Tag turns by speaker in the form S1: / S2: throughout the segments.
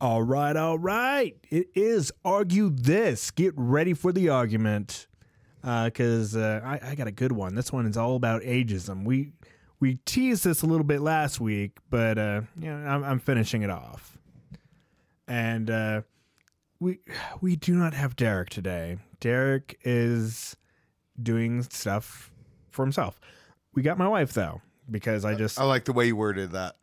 S1: All right, all right. It is argue this. Get ready for the argument, because uh, I, I got a good one. This one is all about ageism. We we teased this a little bit last week, but uh, you know, I'm, I'm finishing it off, and uh, we we do not have Derek today. Derek is doing stuff for himself. We got my wife though, because I just
S2: I like the way you worded that.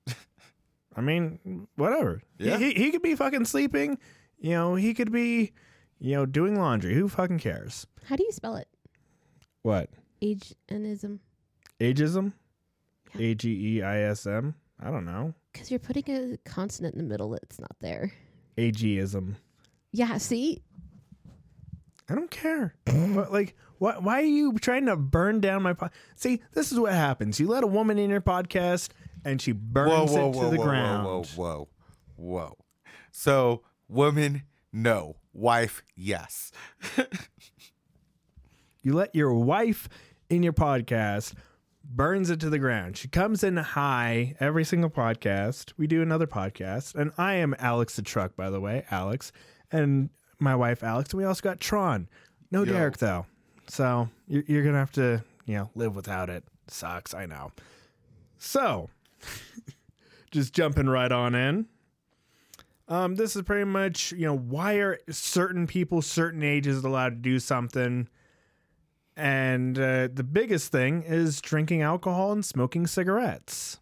S1: I mean, whatever.
S2: Yeah.
S1: He, he, he could be fucking sleeping. You know, he could be, you know, doing laundry. Who fucking cares?
S3: How do you spell it?
S1: What?
S3: Age and ism.
S1: Ageism? A G E I S M? I don't know.
S3: Because you're putting a consonant in the middle that's not there.
S1: Ageism.
S3: Yeah, see?
S1: I don't care. but like, why, why are you trying to burn down my pod? See, this is what happens. You let a woman in your podcast and she burns
S2: whoa, whoa,
S1: it to
S2: whoa,
S1: the
S2: whoa,
S1: ground.
S2: whoa, whoa, whoa, whoa. So, woman, no. Wife, yes.
S1: You let your wife in your podcast burns it to the ground. She comes in high every single podcast. We do another podcast, and I am Alex the truck, by the way, Alex, and my wife Alex. And we also got Tron. No
S2: Yo.
S1: Derek though, so you're, you're gonna have to you know live without it. Sucks, I know. So, just jumping right on in. Um, this is pretty much you know why are certain people certain ages allowed to do something and uh, the biggest thing is drinking alcohol and smoking cigarettes.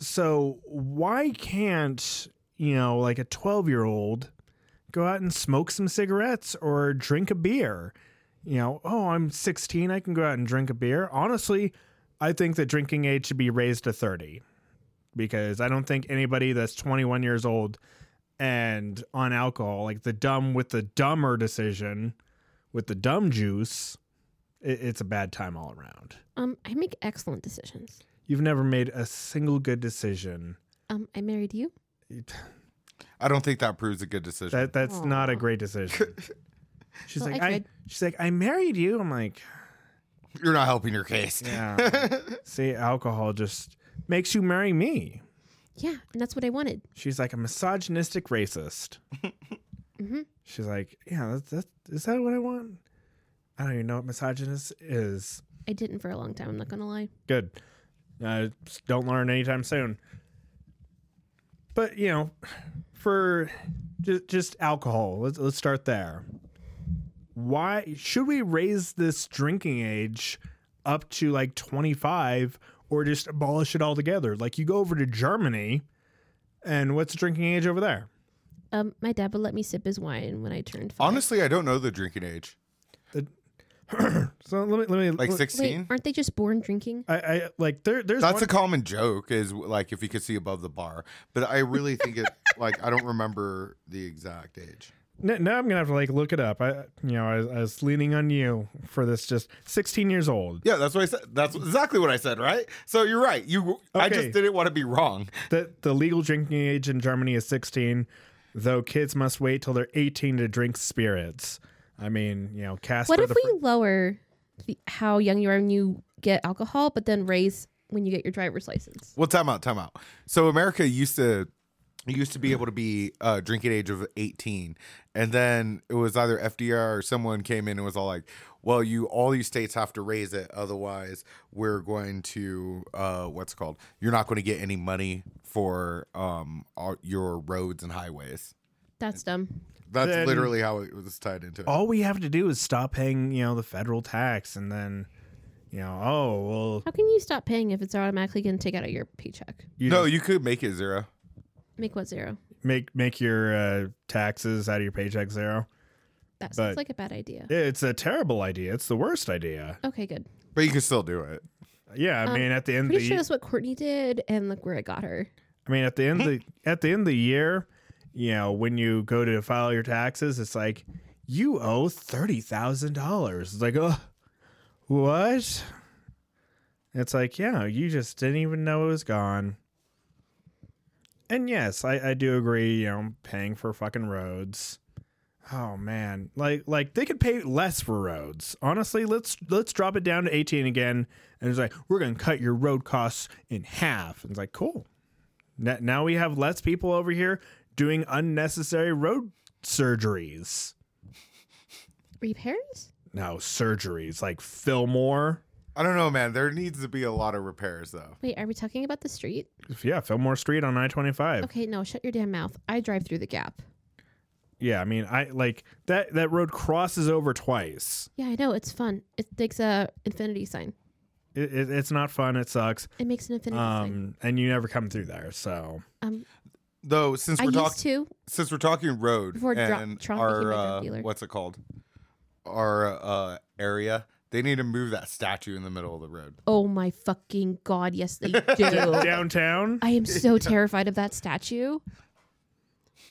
S1: So why can't, you know, like a 12-year-old go out and smoke some cigarettes or drink a beer? You know, oh, I'm 16, I can go out and drink a beer. Honestly, I think the drinking age should be raised to 30 because I don't think anybody that's 21 years old and on alcohol, like the dumb with the dumber decision with the dumb juice, it, it's a bad time all around.
S3: Um, I make excellent decisions.
S1: You've never made a single good decision.
S3: Um, I married you.
S1: It-
S2: I don't think that proves a good decision.
S1: That that's not a
S3: Aw.
S1: great decision. She's
S3: Well,
S1: like,
S3: I
S1: I,
S3: tried.
S1: she's like, I married you. I'm like,
S2: You're not helping your case.
S1: yeah. See, alcohol just makes you marry me.
S3: Yeah, and that's what I wanted.
S1: She's like a misogynistic racist.
S3: Mhm.
S1: She's like, yeah, that's, that's, is that what I want? I don't even know what misogynist is.
S3: I didn't for a long time, I'm not gonna lie.
S1: good. Uh, don't learn anytime soon. But you know, for just, just alcohol, let's let's start there. Why should we raise this drinking age up to like 25 or just abolish it altogether? Like you go over to Germany and what's the drinking age over there?
S3: Um, my dad would let me sip his wine when I turned five.
S2: Honestly, I don't know the drinking age.
S1: So let me let me
S2: Like
S1: let-
S3: Wait,
S2: 16?
S3: aren't they just born drinking?
S1: I, I like there there's
S2: That's
S1: one-
S2: a common joke is like if you could see above the bar. But I really think it like I don't remember the exact age.
S1: N- Now I'm gonna have to like look it up. I, you know, I, was- I was leaning on you for this. Just 16 years old.
S2: Yeah, that's what I said. That's exactly what I said, right? So you're right. You I
S1: Okay.
S2: just didn't want to be wrong.
S1: The the legal drinking age in Germany is 16, though kids must wait till they're 18 to drink spirits. I mean, you know, Casper.
S3: What if
S1: the
S3: we lower the, how young you are when you get alcohol, but then raise when you get your driver's license?
S2: Well, time out, time out. So America used to used to be able to be uh, drinking age of 18 and then it was either fdr or someone came in and was all like well you all these states have to raise it otherwise we're going to uh, what's it called you're not going to get any money for um, all your roads and highways
S3: That's dumb.
S2: that's
S1: Then-
S2: literally how it was tied into it.
S1: all we have to do is stop paying, you know, the federal tax, and then, you know, oh well,
S3: How can you stop paying if it's automatically going to take out of your paycheck?
S1: you
S2: no
S1: just
S2: you could make it zero
S3: Make what zero?
S1: make make your uh, taxes out of your paycheck zero.
S3: That
S1: But-
S3: sounds like a bad idea.
S1: It's a terrible idea. It's the worst idea.
S3: Okay, good.
S2: but you can still do it
S1: Yeah, I
S3: Um,
S1: mean, at the end of
S3: Pretty
S1: the
S3: sure that's what Courtney did, and look where it got her.
S1: I mean, at the end of the at the end of the year, you know, when you go to file your taxes, it's like you owe thirty thousand dollars. It's like, oh, what? It's like, yeah, you just didn't even know it was gone. And yes, I, I do agree. You know, paying for fucking roads. Oh man, like like they could pay less for roads. Honestly, let's let's drop it down to eighteen again. And it's like we're gonna cut your road costs in half. And it's like cool. N- Now we have less people over here doing unnecessary road surgeries.
S3: Repairs?
S1: No, surgeries like Fillmore.
S2: I don't know, man. There needs to be a lot of repairs, though.
S3: Wait, are we talking about the street?
S1: Yeah, Fillmore Street on I 25.
S3: Okay, no, shut your damn mouth. I drive through the gap.
S1: Yeah, I mean, I like that that road crosses over twice.
S3: Yeah, I know. It's fun. It takes a infinity sign.
S1: It, it, it's not fun. It sucks.
S3: It makes an infinity sign.
S1: Um, and you never come through there. So
S3: Um,
S2: Though since
S3: I
S2: we're
S3: used
S2: talking
S3: to.
S2: since we're talking road
S3: Before dra-
S2: and
S3: Trump became
S2: our
S3: a drug
S2: uh,
S3: dealer.
S2: what's it called? Our uh, area. They need to move that statue in the middle of the road.
S3: Oh my fucking god! Yes, they do.
S1: downtown.
S3: I am so terrified of that statue.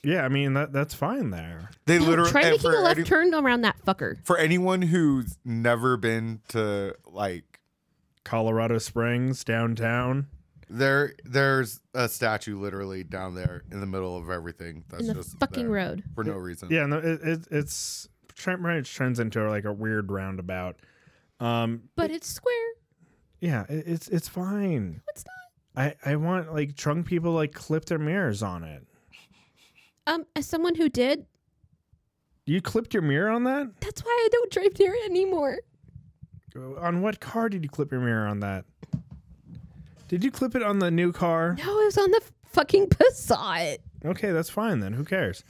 S1: Yeah, I mean that that's fine there.
S2: They literally
S3: Try
S2: and
S3: making
S2: for
S3: a left
S2: any-
S3: turn around that fucker.
S2: for anyone who's never been to like
S1: Colorado Springs downtown.
S2: there there's a statue literally down there in the middle of everything that's
S3: in the
S2: just
S3: fucking
S2: there
S3: road.
S2: for no reason
S1: Yeah, no, it, it it's it turns into like a weird roundabout. Um,
S3: But it's square.
S1: yeah, it, it's it's fine.
S3: What's
S1: I I want like drunk people like clip their mirrors on it.
S3: that? Um, as someone who did,
S1: You clipped your mirror on that?
S3: that's why I don't drive near it anymore.
S1: On what car did you clip your mirror on that? Did you clip it on the new car?
S3: No, it was on the f- fucking Passat.
S1: Okay, that's fine then. Who cares?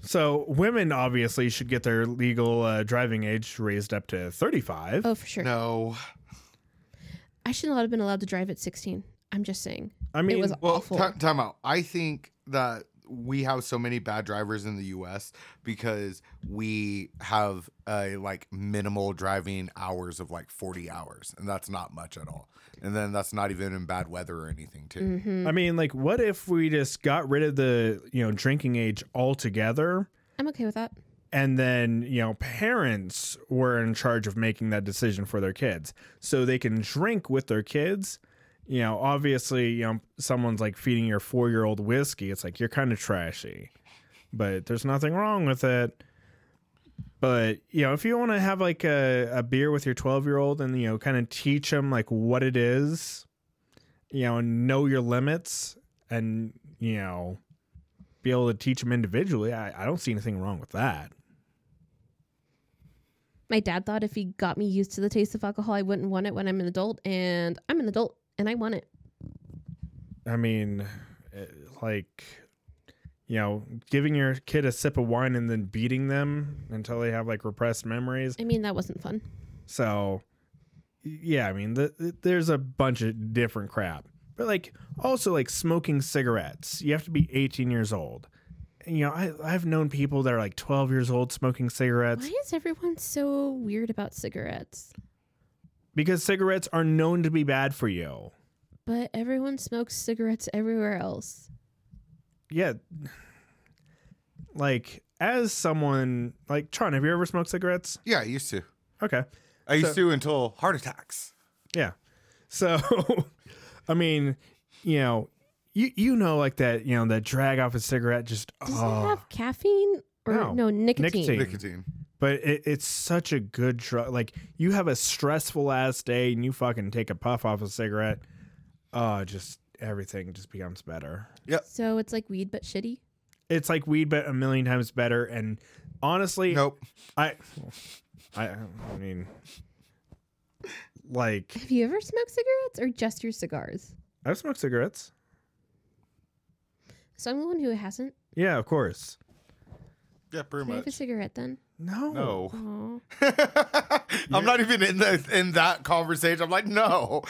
S1: So women obviously should get their legal uh, driving age raised up to 35.
S3: Oh, for sure.
S2: no
S3: I should not have been allowed to drive at 16. I'm just saying.
S1: I mean,
S3: it was
S2: well
S3: awful.
S2: ti- time out i think that we have so many bad drivers in the us because we have a like minimal driving hours of like 40 hours and that's not much at all and then that's not even in bad weather or anything too
S1: I mean, like, what if we just got rid of the you know drinking age altogether,
S3: I'm okay with that.
S1: and then you know parents were in charge of making that decision for their kids, so they can drink with their kids. You know, obviously, you know someone's like feeding your four year old whiskey. It's like you're kind of trashy, but there's nothing wrong with it. But you know, if you want to have like a, a beer with your twelve year old and you know kind of teach them like what it is, you know, and know your limits and, you know, be able to teach them individually, I, I don't see anything wrong with that.
S3: My dad thought if he got me used to the taste of alcohol, I wouldn't want it when I'm an adult, and I'm an adult and I want it.
S1: I mean, eh, like, you know, giving your kid a sip of wine and then beating them until they have like repressed memories.
S3: I mean, that wasn't fun.
S1: So, yeah, I mean, the, the- there's a bunch of different crap. But like, also like smoking cigarettes, you have to be 18 years old. And, you know, I, I've known people that are like 12 years old smoking cigarettes.
S3: Why is everyone so weird about cigarettes?
S1: because cigarettes are known to be bad for you.
S3: But everyone smokes cigarettes everywhere else.
S1: Yeah. Like as someone like Tron, have you ever smoked cigarettes?
S2: yeah i used to
S1: Okay.
S2: i used
S1: So-
S2: to until heart attacks
S1: Yeah. So I mean, you know, you you know like that, you know, that drag off a cigarette just
S3: Does
S1: oh,
S3: it have caffeine or
S1: No.
S3: no, nicotine?
S1: Nicotine.
S2: nicotine
S1: but it, it's such a good drug. Like you have a stressful ass day and you fucking take a puff off a cigarette, oh, just everything just becomes better.
S3: So it's like weed but shitty.
S1: It's like weed but a million times better and honestly
S2: nope
S1: I, I, I mean, like
S3: Have you ever smoked cigarettes or just your cigars?
S1: I've smoked cigarettes.
S3: So I'm the one who hasn't.
S1: Yeah, of course.
S2: yeah pretty
S3: Can I have a
S2: much
S3: cigarette then?
S1: No,
S2: no
S3: Aw.
S2: I'm not even in the in that conversation. I'm like, no.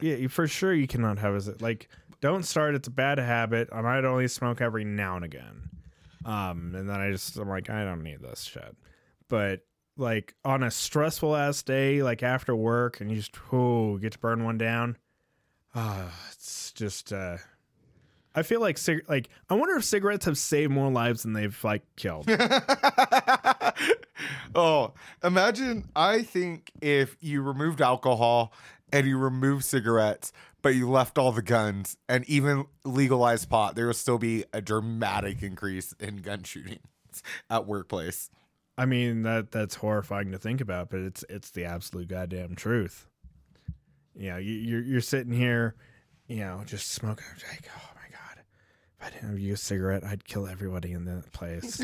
S1: yeah, you- for sure you cannot have it. Like, don't start. It's a bad habit. I might only smoke every now and again. Um, and then I just I'm like, I don't need this shit. But like on a stressful ass day, like after work, and you just oh get to burn one down. Ah, it's just. uh I feel like cig- like I wonder if cigarettes have saved more lives than they've like killed.
S2: oh, imagine. I think if you removed alcohol and you removed cigarettes, but you left all the guns and even legalized pot, there will still be a dramatic increase in gun shootings at workplace.
S1: I mean that that's horrifying to think about, but it's it's the absolute goddamn truth. You know, you, you're you're sitting here, you know, just smoking. like, oh my god, I didn't use a cigarette, I'd kill everybody in that place.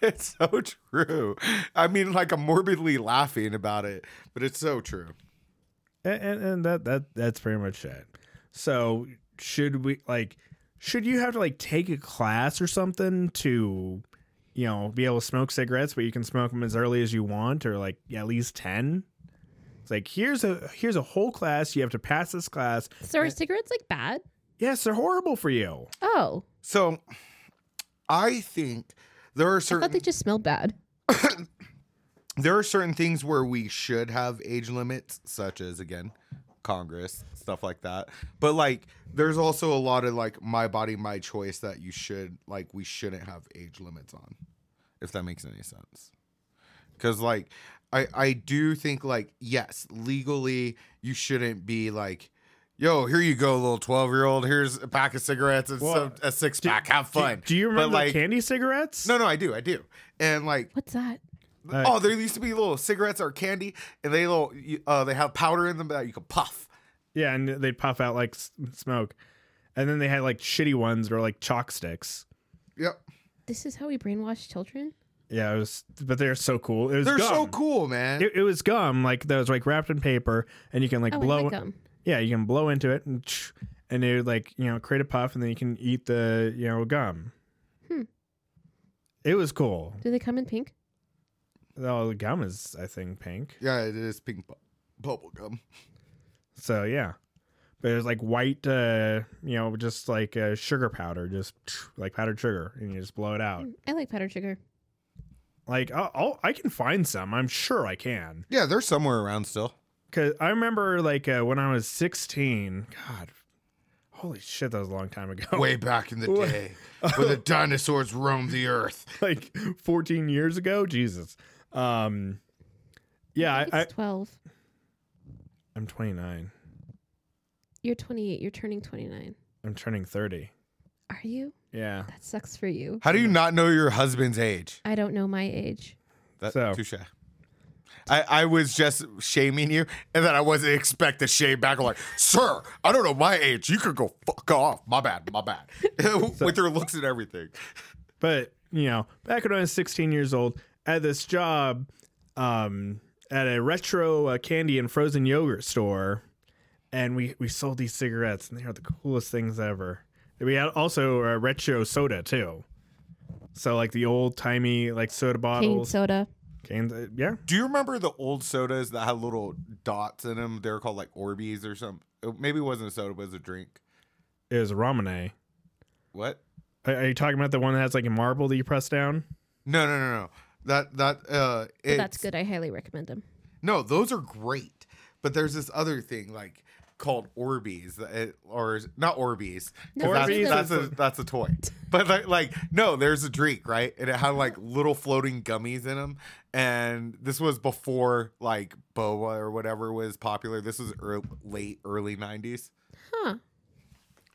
S2: it's so true. I mean, like I'm morbidly laughing about it, but it's so true.
S1: and, and, and that that that's pretty much it. So should we like should you have to like take a class or something to you know be able to smoke cigarettes, but you can smoke them as early as you want or like at least ten? It's like here's a here's a whole class. You have to pass this class.
S3: So are cigarettes like bad?
S1: Yes, they're horrible for you.
S3: Oh,
S2: So I think there are
S3: I thought
S2: certain
S3: they just smelled bad.
S2: there are certain things where we should have age limits, such as again, Congress, stuff like that. But like there's also a lot of like my body, my choice that you should like we shouldn't have age limits on, if that makes any sense. Cause like I I do think like yes, legally you shouldn't be like Yo, here you go, little twelve-year-old. Here's a pack of cigarettes and
S1: Well,
S2: some, a six-pack. Have
S1: Do-
S2: fun.
S1: Do, you remember
S2: But, like,
S1: candy cigarettes?
S2: No, no, I do, I do. And like,
S3: What's that?
S1: Uh,
S2: oh, there used to be little cigarettes or candy, and they little you- uh, they have powder in them that you could puff.
S1: Yeah, and they'd puff out like s- smoke, and then they had like shitty ones that were like chalk sticks.
S2: Yep,
S3: This is how we brainwash children.
S1: Yeah, it was, but they're so cool. It was
S2: they're
S1: gum.
S2: so cool, man.
S1: It, it was gum, like that was like wrapped in paper, and you can like
S3: Oh, I
S1: blow.
S3: like them.
S1: Yeah, you can blow into it, and tsh, and it would like you know create a puff, and then you can eat the you know gum.
S3: Hmm.
S1: It was cool.
S3: Do they come in pink?
S1: Oh, the gum is I think pink.
S2: yeah, it is pink bu- bubble gum.
S1: So yeah, but it was like white, uh, you know, just like uh, sugar powder, just tsh, like powdered sugar, and you just blow it out.
S3: Mm, I like powdered sugar.
S1: Like I'll, I'll, I can find some. I'm sure I can.
S2: Yeah, they're somewhere around still.
S1: Cause I remember like uh, when I was 16. God, holy shit, that was a long time ago.
S2: Way back in the
S1: Oh. Wha-
S2: day, when the dinosaurs roamed the earth.
S1: like 14 years ago. Jesus. Um, yeah,
S3: I
S1: I,
S3: think
S1: I,
S3: it's twelve.
S1: I'm 29.
S3: You're 28. You're turning 29.
S1: I'm turning 30.
S3: Are you?
S1: Yeah.
S3: That sucks for you.
S2: How do you not know your husband's age?
S3: I don't know my age.
S2: That,
S1: So-
S2: touche. I, I was just shaming you, and then I wasn't expect the shame back. I'm like, sir, I don't know my age. You could go fuck off. My bad, my bad. With your looks and everything.
S1: But, you know, back when I was 16 years old at this job um, at a retro uh, candy and frozen yogurt store, and we, we sold these cigarettes, and they are the coolest things ever. We had also a retro soda, too. So, like the old timey, like soda
S3: Cane
S1: bottles.
S3: soda.
S1: Canes, uh, yeah.
S2: Do you remember the old sodas that had little dots in them? They were called like Orbeez or something. It- Maybe it wasn't a soda, but it was a drink.
S1: It was Ramune.
S2: What?
S1: Are, are you talking about the one that has like a marble that you press down?
S2: No, no, no, no. That that uh,
S3: But that's
S2: it's-
S3: good. I highly recommend them.
S2: No, those are great. But there's this other thing like called Orbeez that it- or not Orbeez. 'cause
S3: No,
S1: Orbeez
S2: that's, that's
S1: is
S2: a that's a toy. But like, like no, there's a drink, right? And it had like little floating gummies in them. And this was before like boa or whatever was popular. This was ear late early 90s.
S3: Huh.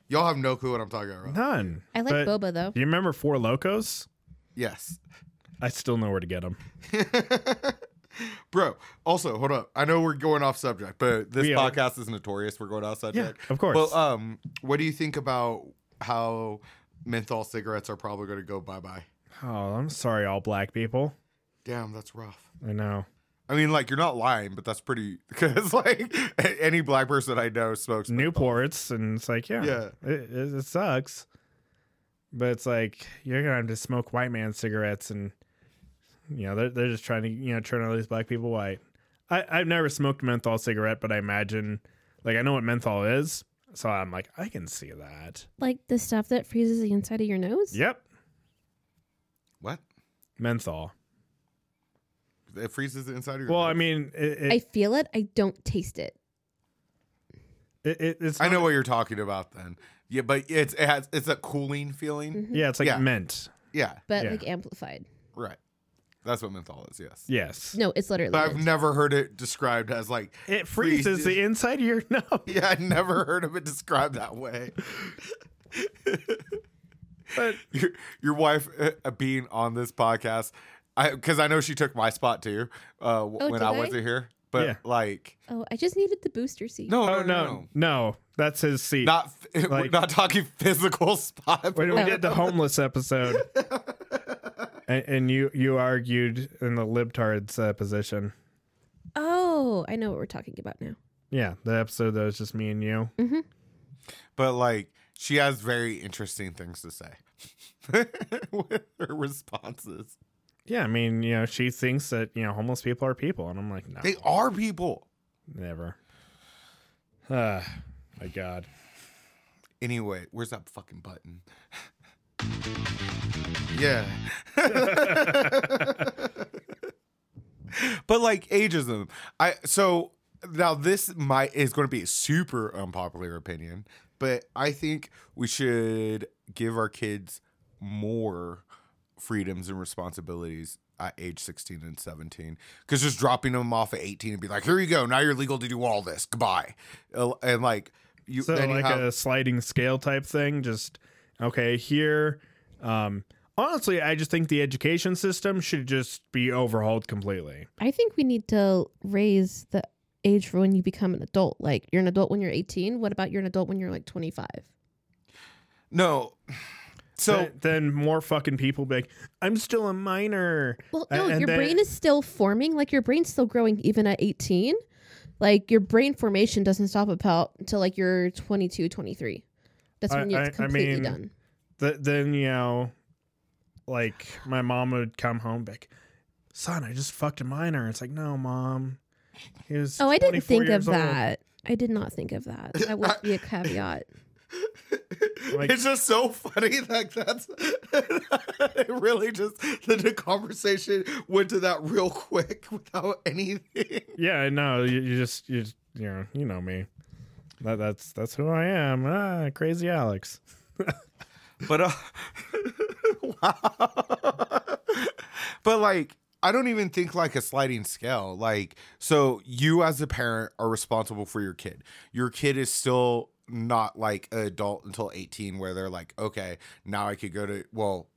S2: Y'all have no clue what I'm talking about.
S1: None.
S3: I like
S1: But
S3: boba though.
S1: Do you remember Four Locos?
S2: Yes.
S1: I still know where to get them.
S2: Bro, also hold up. I know we're going off subject, but this
S1: We are.
S2: podcast is notorious for going off subject.
S1: of course.
S2: Well, um, what do you think about how menthol cigarettes are probably going to go bye bye?
S1: Oh, I'm sorry, all black people.
S2: Damn, that's rough.
S1: I know.
S2: I mean, like you're not lying, but that's pretty because like a- any black person I know smokes.
S1: Newports, and it's like, yeah,
S2: Yeah.
S1: It, it, it sucks. But it's like you're gonna have to smoke white man cigarettes, and you know they're they're just trying to you know turn all these black people white. I I've never smoked a menthol cigarette, but I imagine like I know what menthol is, so I'm like I can see that.
S3: Like the stuff that freezes the inside of your nose.
S1: Yep,
S2: What?
S1: menthol.
S2: It freezes the inside of your.
S1: Well, I
S2: nose?
S1: mean, it, it,
S3: I feel it. I don't taste it.
S1: it, it it's
S2: I know what you're talking about then. Yeah, but it's it has it's a cooling feeling.
S1: Yeah, it's like
S2: Yeah.
S1: mint.
S2: Yeah,
S3: But
S1: Yeah.
S3: like amplified.
S2: right. That's what menthol is. Yes.
S1: Yes.
S3: No, it's literally.
S2: But I've
S3: mint.
S2: never heard it described as like
S1: It freezes the inside of your nose.
S2: Yeah, I never heard of it described that way.
S1: But
S2: Your, your wife uh, uh, being on this podcast, I because I know she took my spot too uh, w-
S3: Oh,
S2: when
S3: did
S2: I
S3: I?
S2: wasn't here. But
S1: Yeah.
S2: like,
S3: Oh, I just needed the booster seat.
S2: no,
S1: Oh
S2: no, no, no.
S1: no, no, that's his seat.
S2: not f- we're
S1: Like-
S2: not talking physical spot.
S1: when we
S3: No.
S1: did the homeless episode, and, and you you argued in the libtards uh, position.
S3: Oh, I know what we're talking about now.
S1: Yeah, the episode that was just me and you.
S2: but like, she has very interesting things to say with her responses.
S1: Yeah, I mean, you know, she thinks that you know homeless people are people, and I'm like, no,
S2: They are people.
S1: never. Ah, my God.
S2: Anyway, where's that fucking button? yeah. but like ageism, I so now this might is going to be a super unpopular opinion, but I think we should give our kids more freedoms and responsibilities at age 16 and 17 because just dropping them off at 18 and be like here you go now you're legal to do all this goodbye Uh, and like you
S1: So
S2: then you
S1: like
S2: have-
S1: a sliding scale type thing. Just okay here. Um, honestly, I just think the education system should just be overhauled completely.
S3: I think we need to raise the age for when you become an adult. Like you're an adult when you're 18. What about you're an adult when you're like 25?
S2: No. So
S1: Th- then more fucking people be like, I'm still a minor.
S3: Well,
S1: A-
S3: no,
S1: and
S3: your
S1: then-
S3: brain is still forming. Like your brain's still growing even at 18. Like your brain formation doesn't stop about until like you're 22, 23. That's
S1: I-
S3: when
S1: I- I
S3: it's completely
S1: mean-
S3: done.
S1: Th- then you know, like my mom would come home be like, son, I just fucked a minor. It's like, no, mom. He was
S3: Oh, I didn't
S1: 24
S3: think of
S1: years old."
S3: that. I did not think of that. That would be a caveat.
S1: Like-
S2: it's just so funny. Like that's it really just the, the conversation went to that real quick without anything.
S1: Yeah, I know. You, you just you just- you know you know me. That, that's that's who I am. Ah, crazy Alex.
S2: But uh, wow. But like I don't even think like a sliding scale. Like so you as a parent are responsible for your kid. Your kid is still not like an adult until 18 where they're like, "Okay, now I could go to well,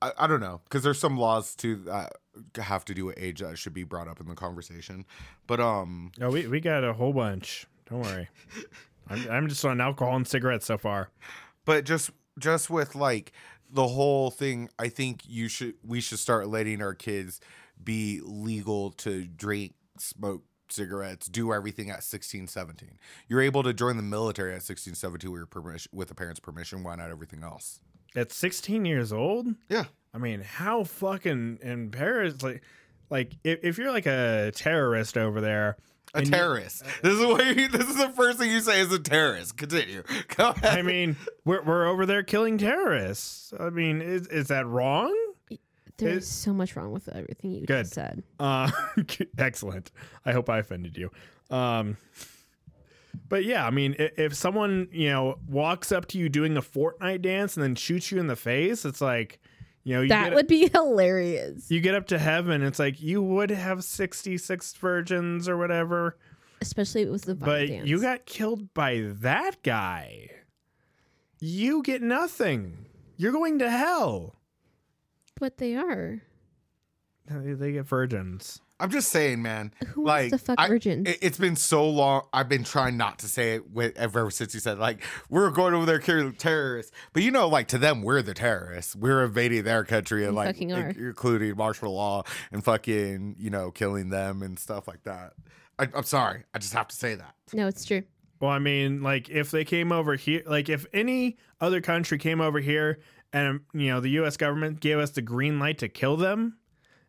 S2: I, I don't know because there's some laws to that have to do with age that should be brought up in the conversation. But um
S1: Oh, we we got a whole bunch. Don't worry. I'm I'm just on alcohol and cigarettes so far.
S2: but just just with like the whole thing i think you should we should start letting our kids be legal to drink smoke cigarettes do everything at 16 17 you're able to join the military at 16 17 with your permission with the parents permission why not everything else
S1: At 16 years old.
S2: yeah
S1: I mean, how fucking embarrassed! Like, like if, if you're like a terrorist over there,
S2: a
S1: and you- uh,
S2: terrorist this is what you, this is the first thing you say is a terrorist continue go ahead
S1: I mean, we're we're over there killing terrorists. I mean, is is that wrong?
S3: There's
S1: It-
S3: so much wrong with everything you
S1: Good.
S3: just said.
S1: Uh, excellent. I hope I offended you. Um, but yeah, I mean, if, if someone you know walks up to you doing a Fortnite dance and then shoots you in the face, it's like, you know, you
S3: that
S1: get,
S3: would be hilarious.
S1: you get up to heaven. It's like you would have sixty six virgins or whatever.
S3: Especially if it was the vibe
S1: But
S3: dance.
S1: you got killed by that guy. You get nothing. You're going to hell.
S3: But they are.
S1: They they get virgins.
S2: i'm just saying man
S3: Who
S2: like
S3: wants to fuck
S2: I-
S3: virgins?
S2: It, it's been so long. I've been trying not to say it with, ever since you said like we're going over there killing terrorists, but you know, like to them we're the terrorists. We're invading their country and
S3: We
S2: like
S3: fucking are.
S2: in- including martial law and fucking you know killing them and stuff like that. I, I'm sorry, I just have to say that.
S3: no, it's true.
S1: Well, I mean, like if they came over here, like if any other country came over here and you know the U.S. government gave us the green light to kill them,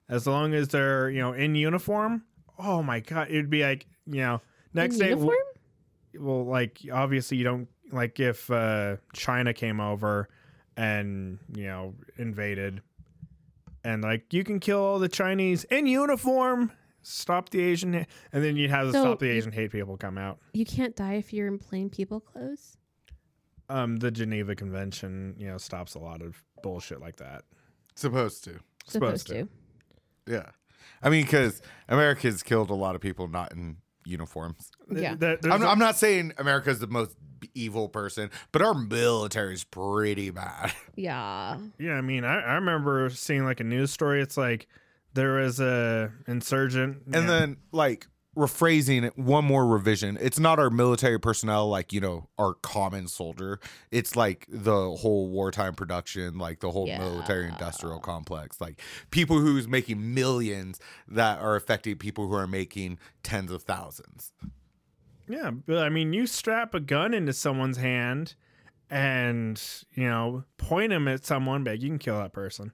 S1: as long as they're you know in uniform. Oh my god, it'd be like you know next
S3: In
S1: day.
S3: uniform?
S1: well like obviously you don't like if uh china came over and you know invaded and like you can kill all the chinese in uniform stop the asian ha- and then you'd have to
S3: So
S1: stop the
S3: you-
S1: asian hate people come out
S3: You can't die if you're in plain people clothes.
S1: um the geneva convention you know stops a lot of bullshit like that
S2: Supposed to,
S3: Supposed, to.
S2: yeah. I mean, because Americans killed a lot of people not in uniforms.
S1: Th-
S3: Yeah.
S1: there- there's
S2: I'm,
S1: a-
S2: I'm not saying America's the most evil person, but our military's pretty bad.
S3: Yeah.
S1: Yeah, I mean, I, I remember seeing like a news story. It's like there was a insurgent, you
S2: And
S1: know,
S2: then like rephrasing it, one more revision. It's not our military personnel, like you know, our common soldier. It's like the whole wartime production, like the whole military industrial complex, like people who's making millions that are affecting people who are making tens of thousands.
S1: Yeah, but I mean, you strap a gun into someone's hand and, you know, point them at someone, but you can kill that person.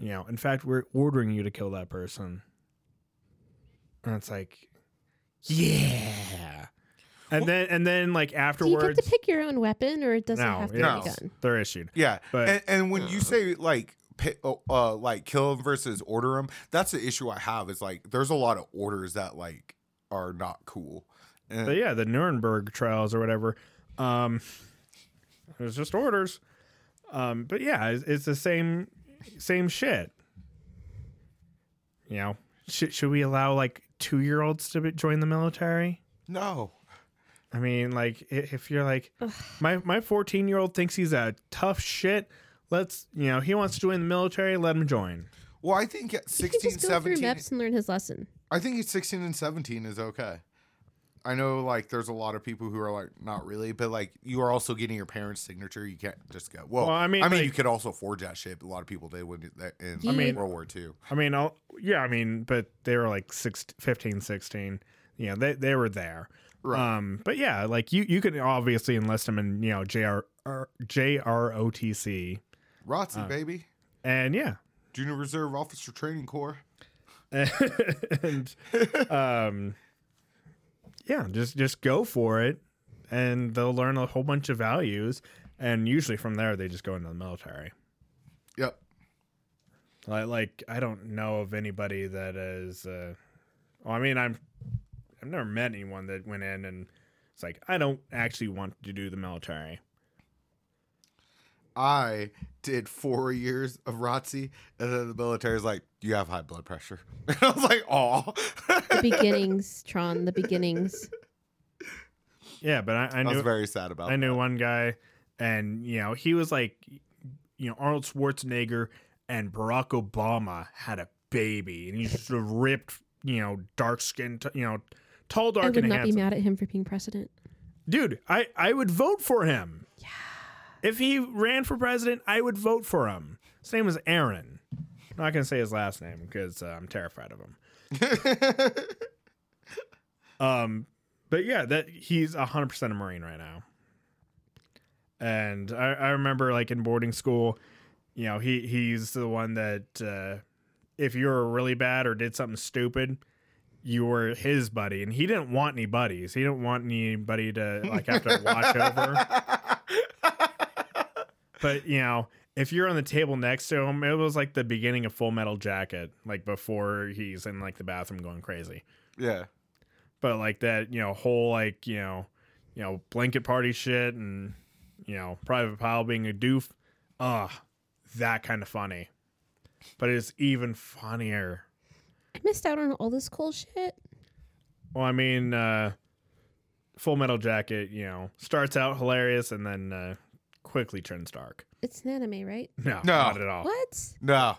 S1: You know, in fact, we're ordering you to kill that person. And it's like, yeah. And then, and then, like
S3: Do you get
S1: afterwards,
S3: to pick your own weapon, or it doesn't
S1: no,
S3: have to
S1: yeah,
S3: be a gun?
S1: they're issued.
S2: Yeah,
S1: But-
S2: and, and when you say like pi- uh, like kill 'em versus order them, that's the issue I have. Is like there's a lot of orders that like are not cool. And-
S1: But yeah, the Nuremberg trials or whatever. Um, it was just orders. Um, but yeah, it's, it's the same same shit. You know, should should we allow like two year olds to be, join the military?
S2: no,
S1: I mean, like i- if you're like my my fourteen year old thinks he's a tough shit. Let's you know he wants to join the military. Let him join.
S2: well, I think at
S3: You can
S2: 16,
S3: just go through
S2: 17,
S3: maps and learn his lesson.
S2: I think it's 16 and 17 is okay. I know like there's a lot of people who are like not really, but like you are also getting your parents' signature. You can't just go. Well, I mean, I mean,
S1: like-
S2: you could also forge that shit. but A lot of people did when that in
S3: I mean-
S2: World War II.
S1: I mean, I'll, yeah, I mean, but they were like six, 15, 16. You know, they, they were there.
S2: Right.
S1: Um, but yeah, like you, you can obviously enlist them in, you know, JR, R- JROTC.
S2: ROTC,
S1: uh,
S2: baby,
S1: And yeah.
S2: Junior Reserve Officer Training Corps.
S1: and um, yeah, just, just go for it. And they'll learn a whole bunch of values. And usually from there, they just go into the military.
S2: Yep.
S1: Like, like I don't know of anybody that is. Uh, well, I mean, I'm I've never met anyone that went in and it's like I don't actually want to do the military.
S2: I did four years of ROTC, and then the military is like, "You have high blood pressure." And I was like, "Oh."
S3: The beginnings, Tron. The beginnings.
S1: Yeah, but I, I
S2: I was
S1: knew
S2: very sad about.
S1: I knew one guy, and you know he was like, you know Arnold Schwarzenegger and Barack Obama had a baby, and he just ripped you know dark skinned you know tall dark
S3: I would
S1: and
S3: not be
S1: handsome.
S3: mad at him for being president.
S1: dude i i would vote for him yeah if he ran for president i would vote for him his name is aaron i'm not gonna say his last name because uh, i'm terrified of him um but yeah that he's 100% a marine right now and i i remember like in boarding school you know he he's the one that uh if you were really bad or did something stupid you were his buddy and he didn't want any buddies he didn't want anybody to like have to watch over but you know if you're on the table next to him it was like the beginning of full metal jacket like before he's in like the bathroom going crazy
S2: yeah.
S1: but like that you know whole like you know you know blanket party shit and you know private pile being a doof ah that kind of funny but it's even funnier
S3: I missed out on all this cool shit.
S1: Well, I mean, uh, Full Metal Jacket, you know, starts out hilarious and then uh, quickly turns dark.
S3: It's an anime, right?
S1: No, not at all.
S3: What?
S2: No,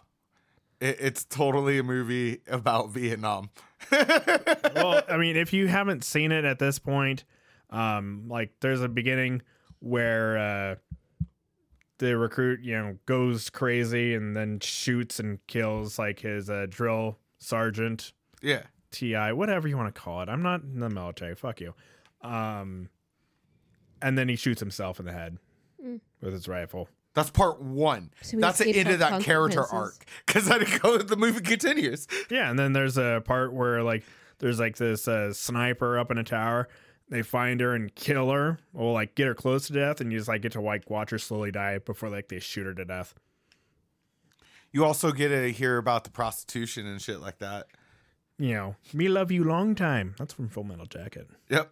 S2: it, it's totally a movie about Vietnam.
S1: well, I mean, if you haven't seen it at this point, um, like there's a beginning where uh, the recruit, you know, goes crazy and then shoots and kills like his uh, drill sergeant
S2: Yeah.
S1: TI, whatever you want to call it. I'm not in the military. Fuck you. Um, and then he shoots himself in the head
S3: Mm.
S1: with his rifle.
S2: That's part one.
S3: So we
S2: That's the
S3: escaped
S2: end
S3: all
S2: of that character
S3: consequences.
S2: arc. Because then it goes, the movie continues.
S1: Yeah, and then there's a part where like there's like this uh, sniper up in a tower. They find her and kill her, or like get her close to death, and you just like get to like watch her slowly die before like they shoot her to death.
S2: You also get to hear about the prostitution and shit like that.
S1: You know, me love you long time. That's from Full Metal Jacket.
S2: Yep.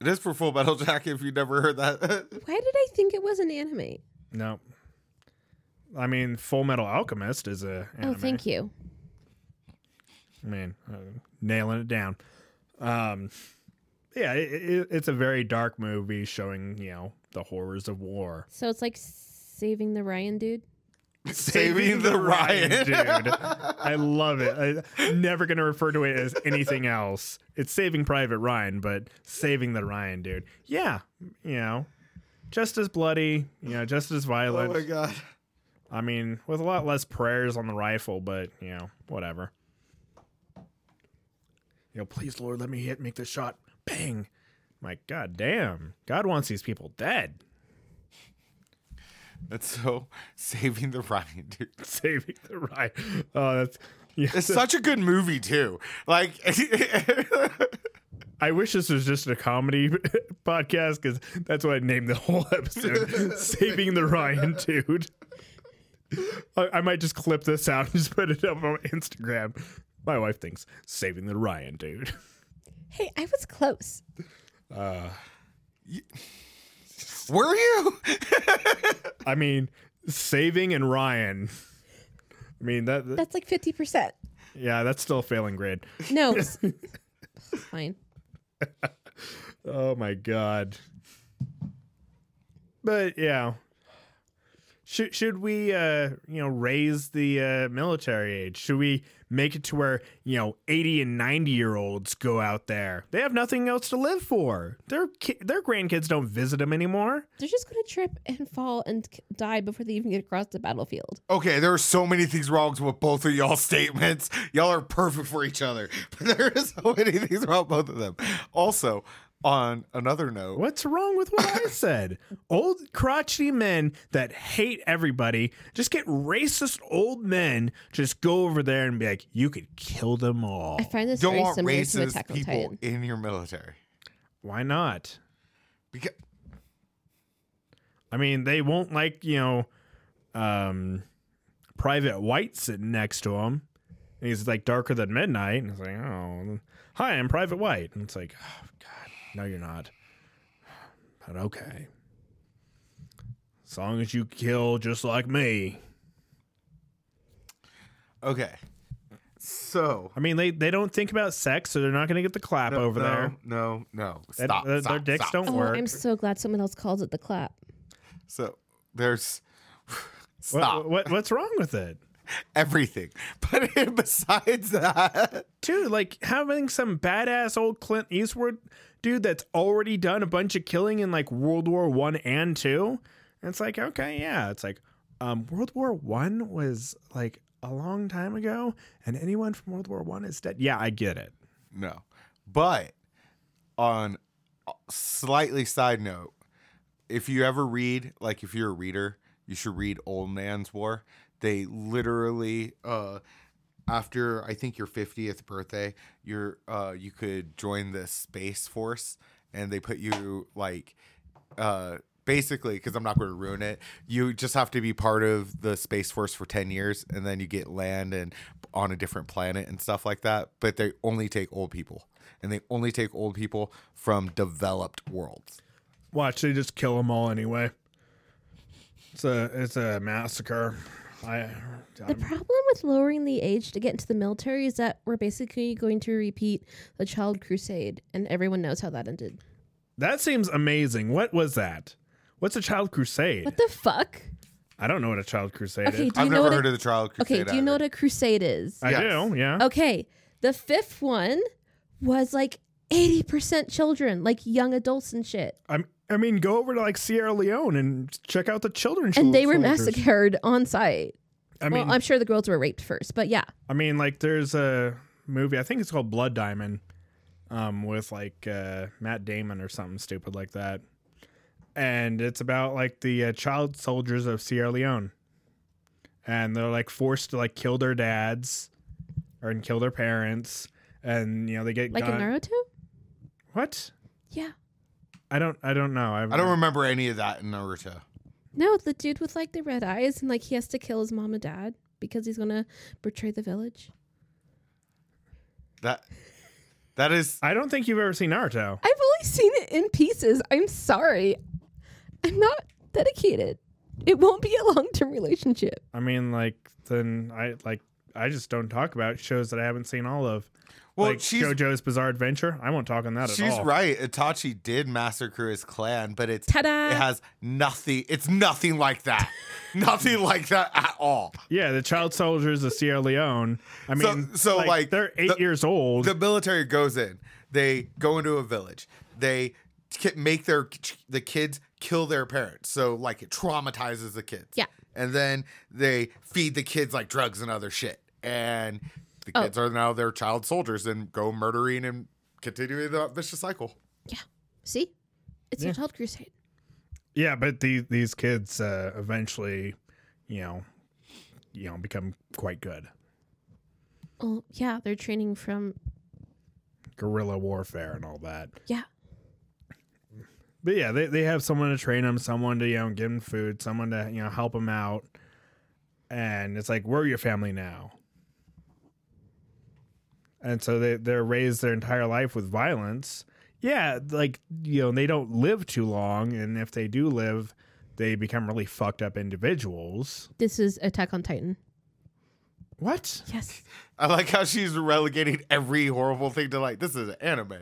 S2: It is for Full Metal Jacket if you never heard that.
S3: Why did I think it was an anime?
S1: No, I mean Full Metal Alchemist is a.
S3: Oh,
S1: Anime.
S3: thank you.
S1: I mean, uh, nailing it down. Um, yeah, it, it, it's a very dark movie showing you know the horrors of war.
S3: So it's like saving the Ryan dude.
S2: Saving the Ryan.
S1: dude. I love it. I'm never going to refer to it as anything else. It's Saving Private Ryan, but Saving the Ryan, dude. Yeah, you know, just as bloody, you know, just as
S2: Oh
S1: violent.
S2: my god.
S1: I mean, with a lot less prayers on the rifle, but you know, whatever. You know, please, Lord, let me hit, make the shot, bang. I'm like, God damn, God wants these people dead.
S2: That's so Saving the Ryan, dude.
S1: Saving the right. Oh, that's. Yeah,
S2: It's such a good movie too. Like
S1: I wish this was just a comedy podcast because that's what I named the whole episode. Saving the Ryan, dude. I, I might just clip this out and just put it up on Instagram. My wife thinks saving the Ryan, dude.
S3: Hey, I was close.
S2: Were you?
S1: I mean, saving and Ryan. I mean that. that-
S3: That's like fifty percent.
S1: yeah, that's still a failing grade.
S3: No. s- Fine.
S1: Oh my god. But yeah. Should should we uh you know raise the uh military age? Should we make it to where, you know, 80 and 90 year olds go out there? They have nothing else to live for. Their ki- their grandkids don't visit them anymore.
S3: They're just gonna trip and fall and k- die before they even get across the battlefield.
S2: Okay, there are so many things wrong with both of y'all's statements. Y'all are perfect for each other. But there are so many things wrong with both of them. Also, on another note,
S1: What's wrong with what I said? Old crotchety men that hate everybody just get racist old men just go over there and be like, you could kill them all.
S3: I find this
S2: don't
S3: very
S2: want
S3: similar to
S2: racist
S3: Attack on
S2: people
S3: Titan.
S2: in your military.
S1: Why not?
S2: Because
S1: I mean, they won't like you know, um, Private White sitting next to him. And he's like darker than midnight, and it's like, oh, hi, I'm Private White, and it's like, oh God, no, you're not. But okay, as long as you kill just like me.
S2: okay, so
S1: I mean, they they don't think about sex, so they're not gonna get the clap over
S2: no,
S1: there.
S2: no, no,
S1: That-
S2: stop.
S1: their-
S2: stop,
S1: their dicks
S2: stop.
S1: don't
S3: Oh,
S1: work.
S3: I'm so glad someone else calls it the clap.
S2: So there's
S1: What-
S2: stop
S1: what what's wrong with it?
S2: everything. But besides that,
S1: Dude, like having some badass old Clint Eastwood dude that's already done a bunch of killing in like World War One and Two. And It's like okay, yeah. It's like um, World War One was like a long time ago, and anyone from World War One is dead. Yeah, I get it.
S2: No. But on a slightly side note, if you ever read, like if you're a reader, you should read Old Man's War. They literally uh after I think your 50th birthday, you're uh you could join the space force and they put you like uh basically because i'm not going to ruin it you just have to be part of the space force for 10 years and then you get land and on a different planet and stuff like that but they only take old people and they only take old people from developed worlds
S1: Watch, they just kill them all anyway. It's a it's a massacre. I um,
S3: The problem with lowering the age to get into the military is that we're basically going to repeat the Child Crusade, and everyone knows how that ended.
S1: that seems amazing. What was that? What's a child crusade?
S3: What the fuck?
S1: I don't know what a child crusade
S3: Okay,
S1: is.
S3: do you
S2: i've
S3: know
S2: never
S3: what
S2: heard
S3: a,
S2: of the trial
S3: okay?
S2: crusade
S3: Do you know what a crusade is?
S1: I
S2: Yes.
S1: do. Yeah.
S3: Okay, the fifth one was like eighty percent children, like young adults and shit,
S1: I I mean, go over to like Sierra Leone and check out the children's.
S3: and they were
S1: soldiers.
S3: massacred on site.
S1: I mean,
S3: well, I'm sure the girls were raped first, but yeah,
S1: I mean, like there's a movie I think it's called Blood Diamond, um, with like uh, Matt Damon or something stupid like that, and it's about like the uh, child soldiers of Sierra Leone, and they're like forced to like kill their dads, or and kill their parents, and you know they get
S3: like
S1: gun-
S3: in Naruto.
S1: what?
S3: Yeah,
S1: I don't I don't know. I've,
S2: i don't remember any of that in naruto
S3: no, the dude with like the red eyes, and like he has to kill his mom and dad because he's gonna betray the village.
S2: that that is
S1: I don't think you've ever seen Naruto.
S3: I've only seen it in pieces. I'm sorry. I'm not dedicated. It won't be a long term relationship.
S1: I mean, like then I like I just don't talk about shows that I haven't seen all of.
S2: Well,
S1: like
S2: she's-
S1: JoJo's Bizarre Adventure. I won't talk on that at
S2: She's
S1: all.
S2: right. Itachi did massacre his clan, but it's
S3: Ta-da!
S2: it has nothing. It's nothing like that. nothing like that at all.
S1: Yeah, the child soldiers of Sierra Leone. I
S2: So-
S1: mean,
S2: so, like,
S1: they're eight
S2: the-
S1: years old.
S2: The military goes in. They go into a village. They ki- make their the kids kill their parents. So like it traumatizes the kids.
S3: Yeah.
S2: And then they feed the kids like drugs and other shit. And the
S3: Oh.
S2: kids are now their child soldiers and go murdering and continuing the vicious cycle.
S3: See, it's
S1: Yeah.
S3: an adult crusade.
S1: yeah, but the, these kids uh, eventually, you know, you know, become quite good.
S3: Well, yeah, they're training from
S1: Guerrilla warfare and all that.
S3: yeah.
S1: But yeah, they, they have someone to train them, someone to you know give them food, someone to you know help them out, and it's like we're your family now. And so they they're raised their entire life with violence. Yeah, like you know they don't live too long, and if they do live, they become really fucked up individuals.
S3: This is Attack on Titan.
S1: What?
S3: Yes.
S2: I like how she's relegating every horrible thing to like this is anime.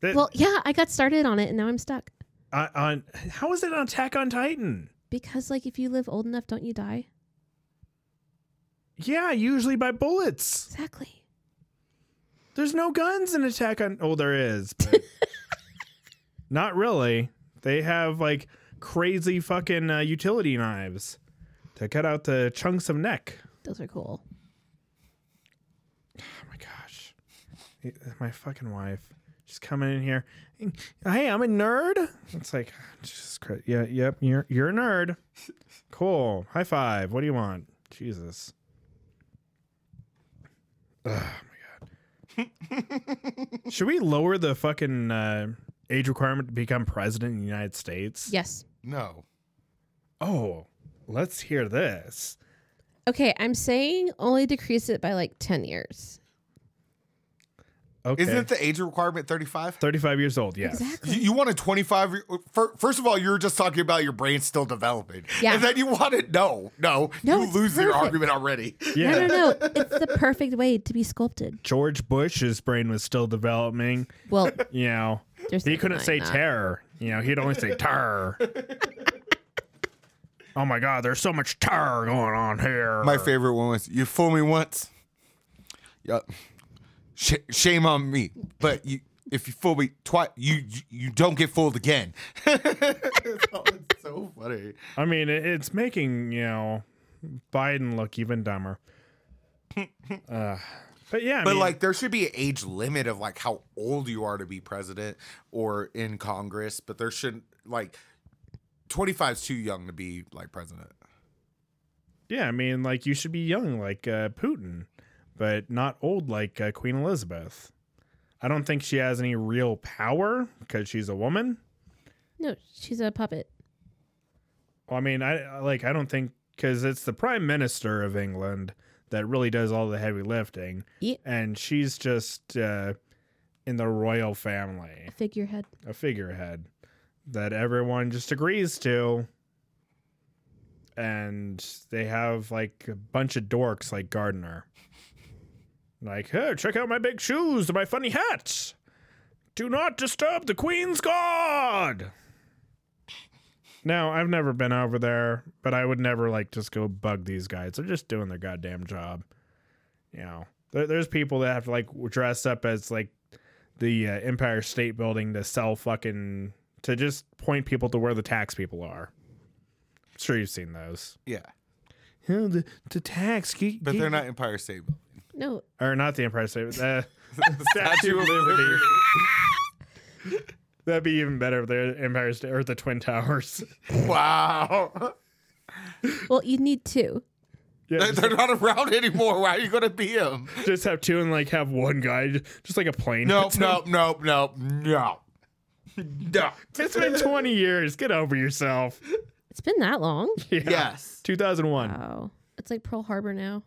S1: That-
S3: Well, yeah, I got started on it and now I'm stuck
S1: on, Uh, on how is it on Attack on Titan?
S3: because like if you live old enough, don't you die?
S1: Yeah, usually by bullets.
S3: Exactly.
S1: There's no guns in Attack on. Oh, there is. but- not really. They have like crazy fucking uh, utility knives to cut out the chunks of neck.
S3: Those are cool.
S1: Oh my gosh. uh, My fucking wife. She's coming in here. Hey, I'm a nerd. It's like, Jesus Christ. Yeah, yep. You're, you're a nerd. Cool. High five. What do you want? Jesus. Oh my God. Should we lower the fucking uh, age requirement to become president in the United States?
S3: Yes.
S2: No.
S1: Oh, let's hear this.
S3: Okay, I'm saying only decrease it by like 10 years.
S1: Okay.
S2: Isn't the age requirement 35?
S1: 35 years old? Yes.
S3: Exactly.
S2: You, you want a 25 year fir- first of all you're just talking about your brain still developing.
S3: Yeah.
S2: And then you want to no, no,
S3: No,
S2: you
S3: it's
S2: lose your
S3: perfect.
S2: argument already.
S1: Yeah.
S3: No, no, no. It's the perfect way to be sculpted.
S1: George Bush's brain was still developing.
S3: Well,
S1: You know,
S3: there's
S1: he
S3: no
S1: couldn't say
S3: denying that.
S1: terror. You know, he'd only say terror. oh my God, there's so much terror going on here.
S2: My favorite one was you fool me once. Yup. Sh- shame on me. But you if you fool me twice, you, you you don't get fooled again. it's so funny.
S1: I mean, it, it's making you know Biden look even dumber. Uh, but yeah, I
S2: But
S1: mean,
S2: like, there should be an age limit of like how old you are to be president or in Congress. But there shouldn't like twenty five is too young to be like president.
S1: yeah, I mean, like you should be young like uh, Putin, but not old like uh, Queen Elizabeth. I don't think she has any real power because she's a woman.
S3: No, she's a puppet.
S1: Well, I mean, I I- like I don't think because it's the prime minister of England that really does all the heavy lifting,
S3: Yeah.
S1: and she's just uh, in the royal family,
S3: Figurehead.
S1: a figurehead that everyone just agrees to, and they have like a bunch of dorks like Gardner, like, hey, check out my big shoes and my funny hat. Do not disturb the Queen's guard. No, I've never been over there, but I would never like just go bug these guys. They're just doing their goddamn job. You know, there, there's people that have to like dress up as like the uh, Empire State Building to sell fucking to just point people to where the tax people are. I'm sure you've seen those.
S2: Yeah,
S1: the, the tax,
S2: but they're not Empire State Building.
S3: No,
S1: or not the Empire State. Uh,
S2: The
S1: Statue of Liberty. That'd be even better if they're Empire State or the Twin Towers.
S2: Wow,
S3: well, you need two.
S1: Yeah,
S2: They-
S1: just,
S2: they're not around anymore. Why are you gonna be him?
S1: just have two and like have one guy, j- just like a plane.
S2: Nope, nope, nope, nope, no, no.
S1: It's been 20 years. Get over yourself.
S3: It's been that long.
S1: Yeah.
S2: Yes,
S1: 2001.
S3: Wow. It's like Pearl Harbor now.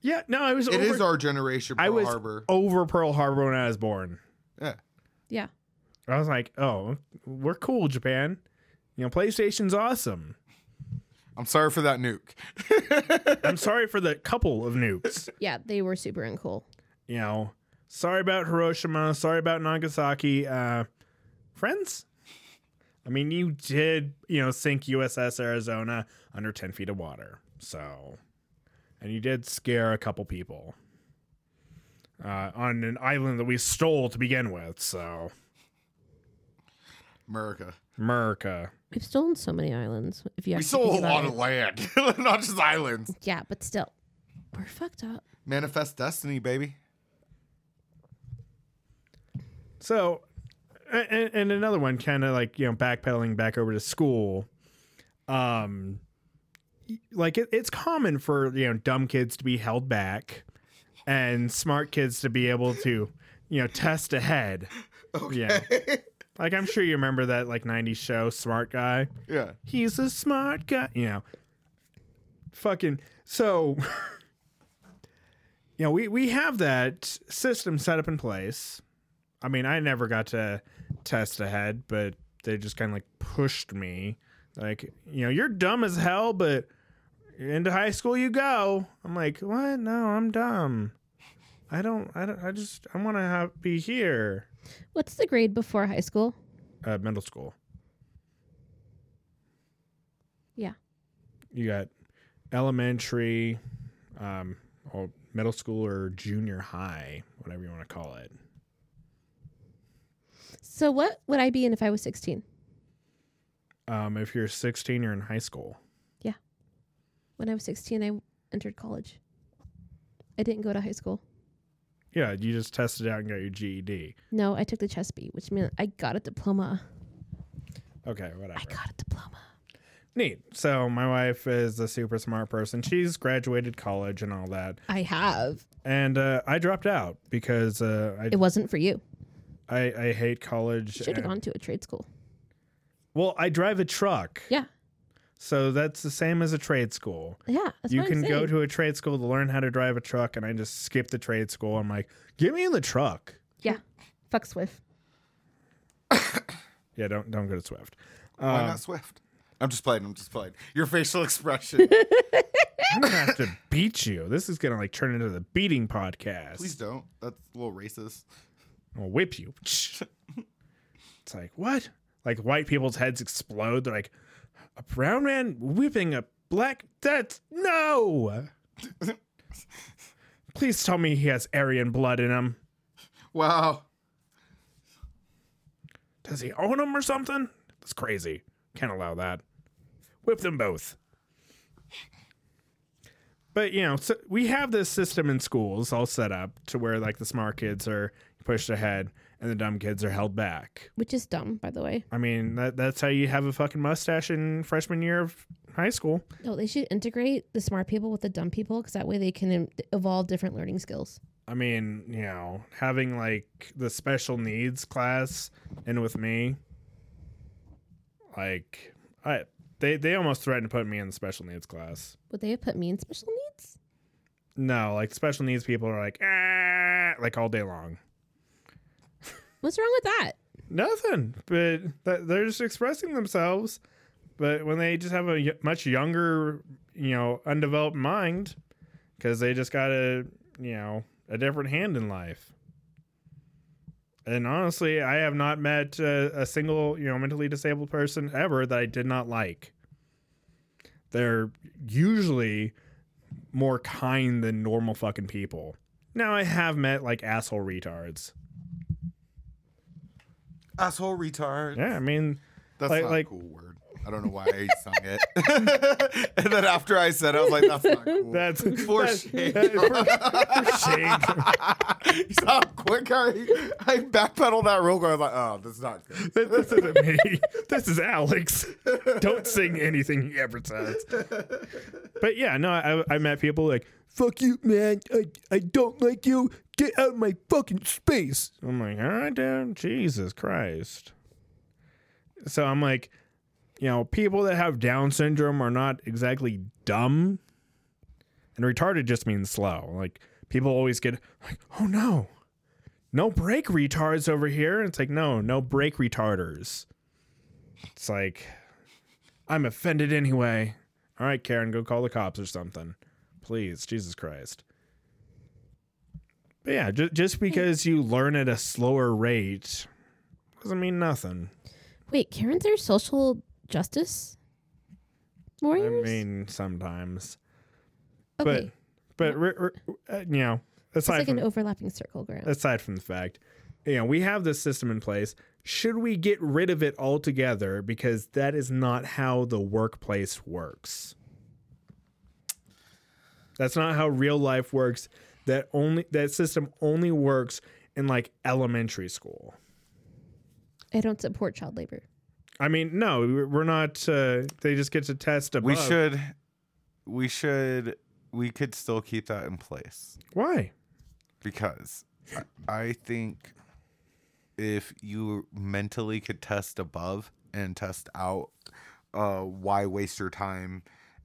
S1: yeah, no, I was
S2: it
S1: over
S2: is our generation. Pearl
S1: I was
S2: Harbor.
S1: over Pearl Harbor when I was born.
S2: Yeah.
S3: Yeah.
S1: I was like, oh, we're cool, Japan. You know, PlayStation's awesome.
S2: I'm sorry for that nuke.
S1: I'm sorry for the couple of nukes.
S3: Yeah, they were super uncool.
S1: You know, sorry about Hiroshima. Sorry about Nagasaki. Uh, friends, I mean, you did, you know, sink USS Arizona under 10 feet of water. So, and you did scare a couple people uh, on an island that we stole to begin with. So,
S2: America.
S1: America.
S3: We've stolen so many islands. If you
S2: We
S3: actually
S2: stole
S3: think
S2: a
S3: about
S2: lot
S3: it.
S2: of land, not just islands.
S3: yeah, but still, we're fucked up.
S2: Manifest destiny, baby.
S1: So, and, and another one, kind of like you know, backpedaling back over to school. Um, like it, it's common for you know dumb kids to be held back, and smart kids to be able to you know test ahead. Yeah. Like I'm sure you remember that like '90s show, Smart Guy.
S2: yeah.
S1: He's a smart guy. You know, fucking. So, you know, we, we have that system set up in place. I mean, I never got to test ahead, but they just kind of like pushed me. Like, you know, you're dumb as hell, but into high school you go. I'm like, what? No, I'm dumb. I don't, I don't, I just, I want to have be here.
S3: What's the grade before high school?
S1: Uh, middle school.
S3: Yeah.
S1: you got elementary, um, or middle school or junior high, whatever you want to call it.
S3: So what would I be in if I was 16?
S1: Um, if you're 16, you're in high school.
S3: When I was 16, I entered college. I didn't go to high school.
S1: Yeah, you just tested out and got your E GED.
S3: No, I took the chess beat, which meant I got a diploma.
S1: Okay, whatever.
S3: I got a diploma.
S1: Neat. So my wife is a super smart person. She's graduated college and all that,
S3: I have.
S1: and uh, I dropped out because uh, I,
S3: It wasn't for you.
S1: I I hate college.
S3: Should have
S1: and-
S3: gone to a trade school.
S1: Well, I drive a truck,
S3: Yeah.
S1: so that's the same as a trade school.
S3: Yeah. That's
S1: you
S3: what I'm
S1: can go
S3: saying.
S1: to a trade school to learn how to drive a truck, and I just skip the trade school. I'm like, get me in the truck.
S3: Yeah. Fuck Swift.
S1: Yeah, don't don't go to Swift.
S2: Why
S1: Uh,
S2: not Swift? Um, I'm just playing. I'm just playing. Your facial expression.
S1: I'm gonna have to beat you. This is gonna like turn into the beating podcast.
S2: Please don't. That's a little racist.
S1: I'll whip you. it's like what? Like white people's heads explode. They're like, a brown man whipping a black. That's no. Please tell me he has Aryan blood in him.
S2: Wow.
S1: Does he own them or something? That's crazy. Can't allow that. Whip them both. But you know, so we have this system in schools all set up to where like the smart kids are pushed ahead and the dumb kids are held back.
S3: Which is dumb, by the way.
S1: I mean, that, that's how you have a fucking mustache in freshman year of high school.
S3: No, they should integrate the smart people with the dumb people because that way they can em- evolve different learning skills.
S1: I mean, you know, having like the special needs class in with me, like I they they almost threatened to put me in the special needs class.
S3: Would they have put me in special needs?
S1: No, like special needs people are like, ah, like all day long.
S3: What's wrong with that?
S1: Nothing, but th- they're just expressing themselves. But when they just have a y- much younger, you know, undeveloped mind, because they just got a, you know, a different hand in life. And honestly, I have not met uh, a, a single, you know, mentally disabled person ever that I did not like. They're usually more kind than normal fucking people. Now, I have met like asshole retards.
S2: Asshole retard.
S1: Yeah, I mean,
S2: That's
S1: Like-
S2: not
S1: like-
S2: a cool word. I don't know why I sung it. and then after I said, it, I was like, "That's not cool."
S1: That's
S2: for
S1: that's-
S2: shame.
S1: that- for- for shame.
S2: You saw how quick I, I backpedaled that real quick. I was like, "Oh, that's not good."
S1: This isn't me. This is Alex. Don't sing anything he ever says. But yeah, no, I, I met people like, fuck you, man. I, I don't like you. Get out of my fucking space. I'm like, all right, damn. Jesus Christ. So I'm like, you know, people that have Down syndrome are not exactly dumb. And retarded just means slow. Like, people always get like, oh no, no brake retards over here. And it's like, no, no brake retarders. It's like, I'm offended anyway. all right, Karen, go call the cops or something. Please, Jesus Christ. But yeah, ju- just because you learn at a slower rate doesn't mean nothing.
S3: Wait, Karen's our social justice
S1: I
S3: warriors?
S1: mean, sometimes.
S3: okay.
S1: But, but re- re- uh, you know,
S3: it's
S1: aside
S3: like
S1: from,
S3: an overlapping circle ground.
S1: aside from the fact, you know, we have this system in place. Should we get rid of it altogether because that is not how the workplace works? That's not how real life works. That only that system only works in like elementary school.
S3: I don't support child labor.
S1: I mean, no, we're we're not. Uh, they just get to test above.
S2: We should, we should, we could still keep that in place
S1: Why?
S2: because I, I think if you mentally could test above and test out, uh, why waste your time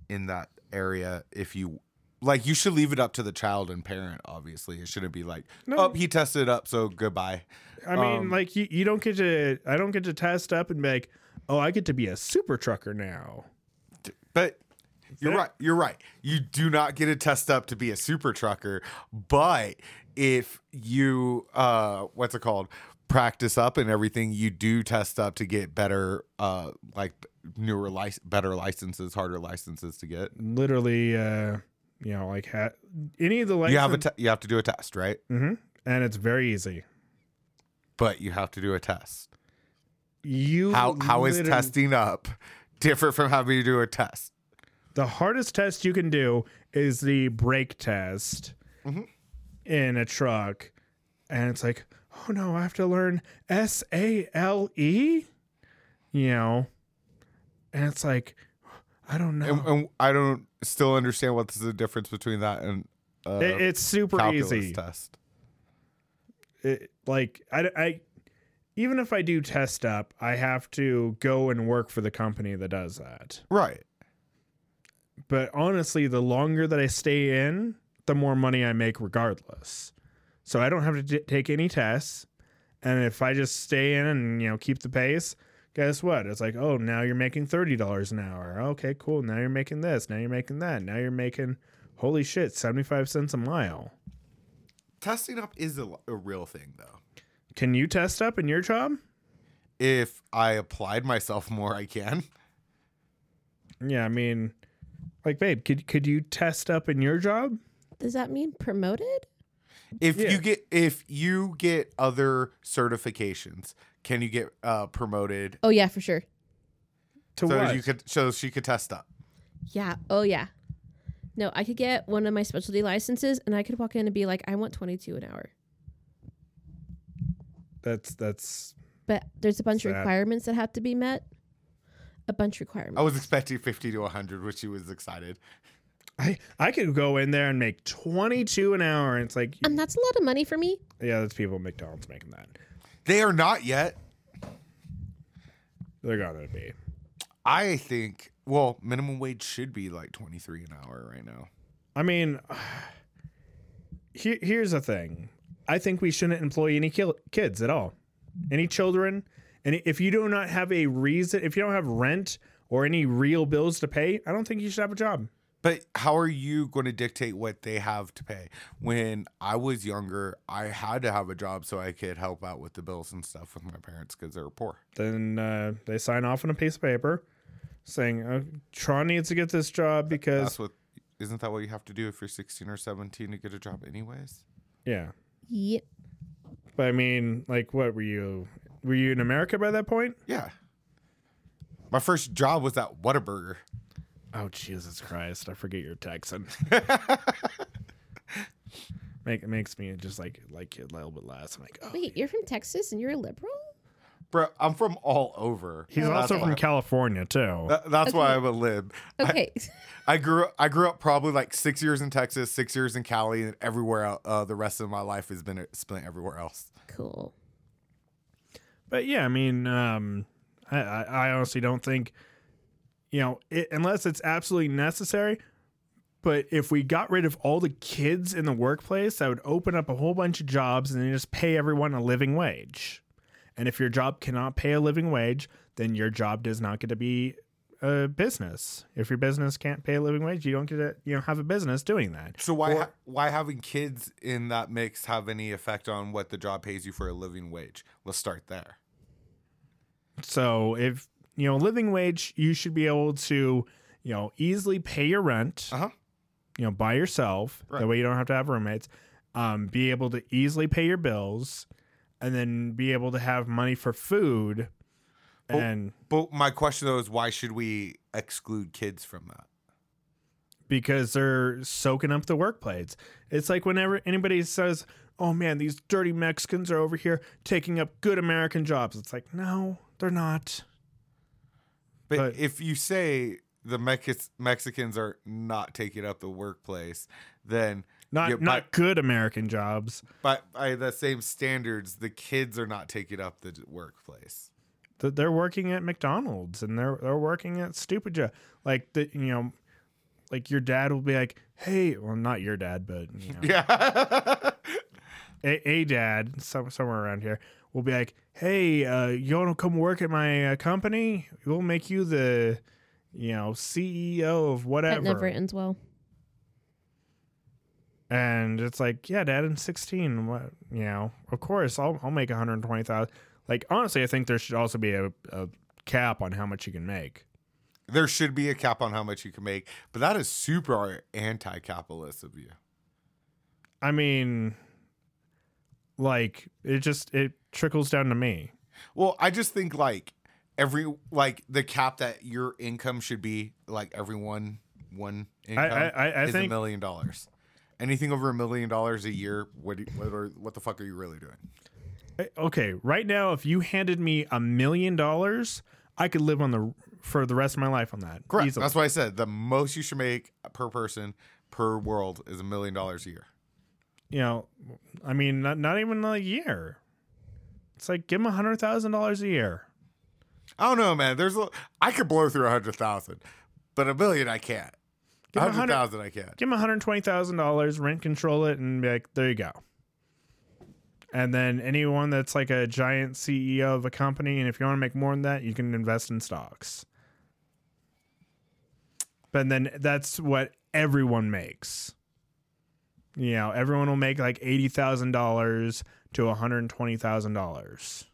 S2: in that area if you. Like you should leave it up to the child and parent. Obviously, it shouldn't be like, oh, he tested up, so goodbye.
S1: I mean,
S2: Um,
S1: like you, you don't get to. I don't get to test up and be like, oh, I get to be a super trucker now.
S2: But you're right. You're right. You do not get a test up to be a super trucker. But if you, uh, what's it called? Practice up and everything, you do test up to get better, uh, like newer, lic- better licenses, harder licenses to get.
S1: literally uh you know like ha- any of the license
S2: You have a, te- you have to do a test, right?
S1: Mhm. and it's very easy
S2: But you have to do a test.
S1: you
S2: How how is
S1: literally-
S2: testing up different from having to do a test?
S1: the hardest test you can do is the brake test
S2: Mhm.
S1: in a truck and it's like oh no i have to learn s-a-l-e E? you know and it's like i don't know
S2: And, and I don't still understand what's the difference between that and uh,
S1: It- it's super
S2: calculus
S1: easy
S2: test.
S1: it, like I, I even if i do test up i have to go and work for the company that does that
S2: Right.
S1: but honestly, the longer that I stay in, the more money I make regardless. So I don't have to t- take any tests. And if I just stay in and you know keep the pace, guess what? It's like, oh, now you're making thirty dollars an hour. Okay, cool. Now you're making this. Now you're making that. Now you're making, holy shit, seventy five cents a mile.
S2: Testing up is a, a real thing, though.
S1: Can you test up in your job?
S2: If I applied myself more, I can.
S1: Yeah, I mean, like, babe, could could you test up in your job?
S3: Does that mean promoted?
S2: If
S1: Yeah.
S2: you get if you get other certifications, can you get uh, promoted?
S3: Oh yeah, for sure.
S1: To
S2: so
S1: what?
S2: you could so she could test up.
S3: Yeah. Oh yeah. No, I could get one of my specialty licenses and I could walk in and be like, I want 22 an hour.
S1: that's that's
S3: But there's a bunch of
S1: Sad.
S3: requirements that have to be met. A bunch of requirements.
S2: I was expecting fifty to hundred, which she was excited.
S1: I I could go in there and make twenty two an hour, and it's like,
S3: Um, that's a lot of money for me.
S1: yeah, that's people at McDonald's making that.
S2: They are not yet.
S1: They're gonna be.
S2: I think. Well, minimum wage should be like twenty three an hour right now.
S1: I mean, here, here's the thing. I think we shouldn't employ any kil- kids at all, any children, and if you do not have a reason, if you don't have rent or any real bills to pay, I don't think you should have a job.
S2: But how are you going to dictate what they have to pay? When I was younger, I had to have a job so I could help out with the bills and stuff with my parents because they were poor.
S1: Then uh, they sign off on a piece of paper saying, uh, "Tron needs to get this job because
S2: That's what isn't that what you have to do if you're 16 or 17 to get a job anyways?
S1: yeah."
S3: Yep.
S1: But I mean, like, what were you? Were you in America by that point?
S2: Yeah. My first job was at Whataburger.
S1: Oh Jesus Christ! I forget you're Texan. Make, it makes me just like like it a little bit less. I'm like, oh.
S3: Wait, you're from Texas and you're a liberal?
S2: Bro, I'm from all over.
S1: He's
S2: That's
S1: also
S2: why-
S1: from California too.
S2: Tha- That's why I'm a lib.
S3: Okay.
S2: I grew I grew up probably like six years in Texas, six years in Cali, and everywhere. el- Uh, the rest of my life has been uh, spent everywhere else.
S3: cool.
S1: But yeah, I mean, um, I, I I honestly don't think, you know, it, unless it's absolutely necessary. But if we got rid of all the kids in the workplace, that would open up a whole bunch of jobs and then just pay everyone a living wage. And if your job cannot pay a living wage, then your job does not get to be a business. If your business can't pay a living wage, you don't get to, you know have a business doing that.
S2: So why
S1: Or-
S2: ha- why having kids in that mix have any effect on what the job pays you for a living wage? Let's start there.
S1: So if you know living wage, you should be able to you know easily pay your rent.
S2: Uh-huh.
S1: You know by yourself.
S2: Right.
S1: That way you don't have to have roommates. Um, be able to easily pay your bills, and then be able to have money for food.
S2: Well-
S1: And
S2: But my question though is why should we exclude kids from that?
S1: because they're soaking up the workplace. It's like whenever anybody says, "Oh man, these dirty Mexicans are over here taking up good American jobs." It's like, "No, they're not."
S2: But
S1: But-
S2: if you say the Mex- Mexicans are not taking up the workplace, then
S1: Not
S2: Yeah,
S1: not good American jobs.
S2: by, by the same standards, the kids are not taking up the workplace.
S1: Th- They're working at McDonald's and they're they're working at stupid job. Like the you know, like your dad will be like, "Hey, well, not your dad, but you know,
S2: Yeah.
S1: a, a dad some, somewhere around here will be like, "Hey, uh, you want to come work at my uh, company? We'll make you the, you know, CEO of
S3: That
S1: whatever."
S3: never ends well.
S1: And it's like, yeah, dad, I'm 16. What, you know, of course, I'll I'll make 120,000. Like honestly, I think there should also be a, a cap on how much you can make.
S2: there should be a cap on how much you can make, but that is super anti capitalist of you.
S1: I mean, like it just it trickles down to me.
S2: Well, I just think like every like the cap that your income should be like everyone one income
S1: I- I- I
S2: is
S1: think-
S2: a million dollars. Anything over a million dollars a year, what do you- what are, what the fuck are you really doing?
S1: I- Eh, okay, right now, if you handed me a million dollars, I could live on the for the rest of my life on that.
S2: Correct.
S1: easily.
S2: That's why I said the most you should make per person per world is a million dollars a year.
S1: you know, I mean, not not even a year. It's like give him a hundred thousand dollars a year.
S2: I don't know, man. There's a, I could blow through a hundred thousand, but a million I can't. A
S1: Give him a
S2: hundred
S1: hundred-
S2: thousand I can't.
S1: Give him one hundred twenty thousand dollars, rent control it, and be like, there you go. And then anyone that's like a giant CEO of a company, and if you want to make more than that, you can invest in stocks. But then that's what everyone makes. You know, everyone will make like eighty thousand dollars to one hundred twenty thousand dollars.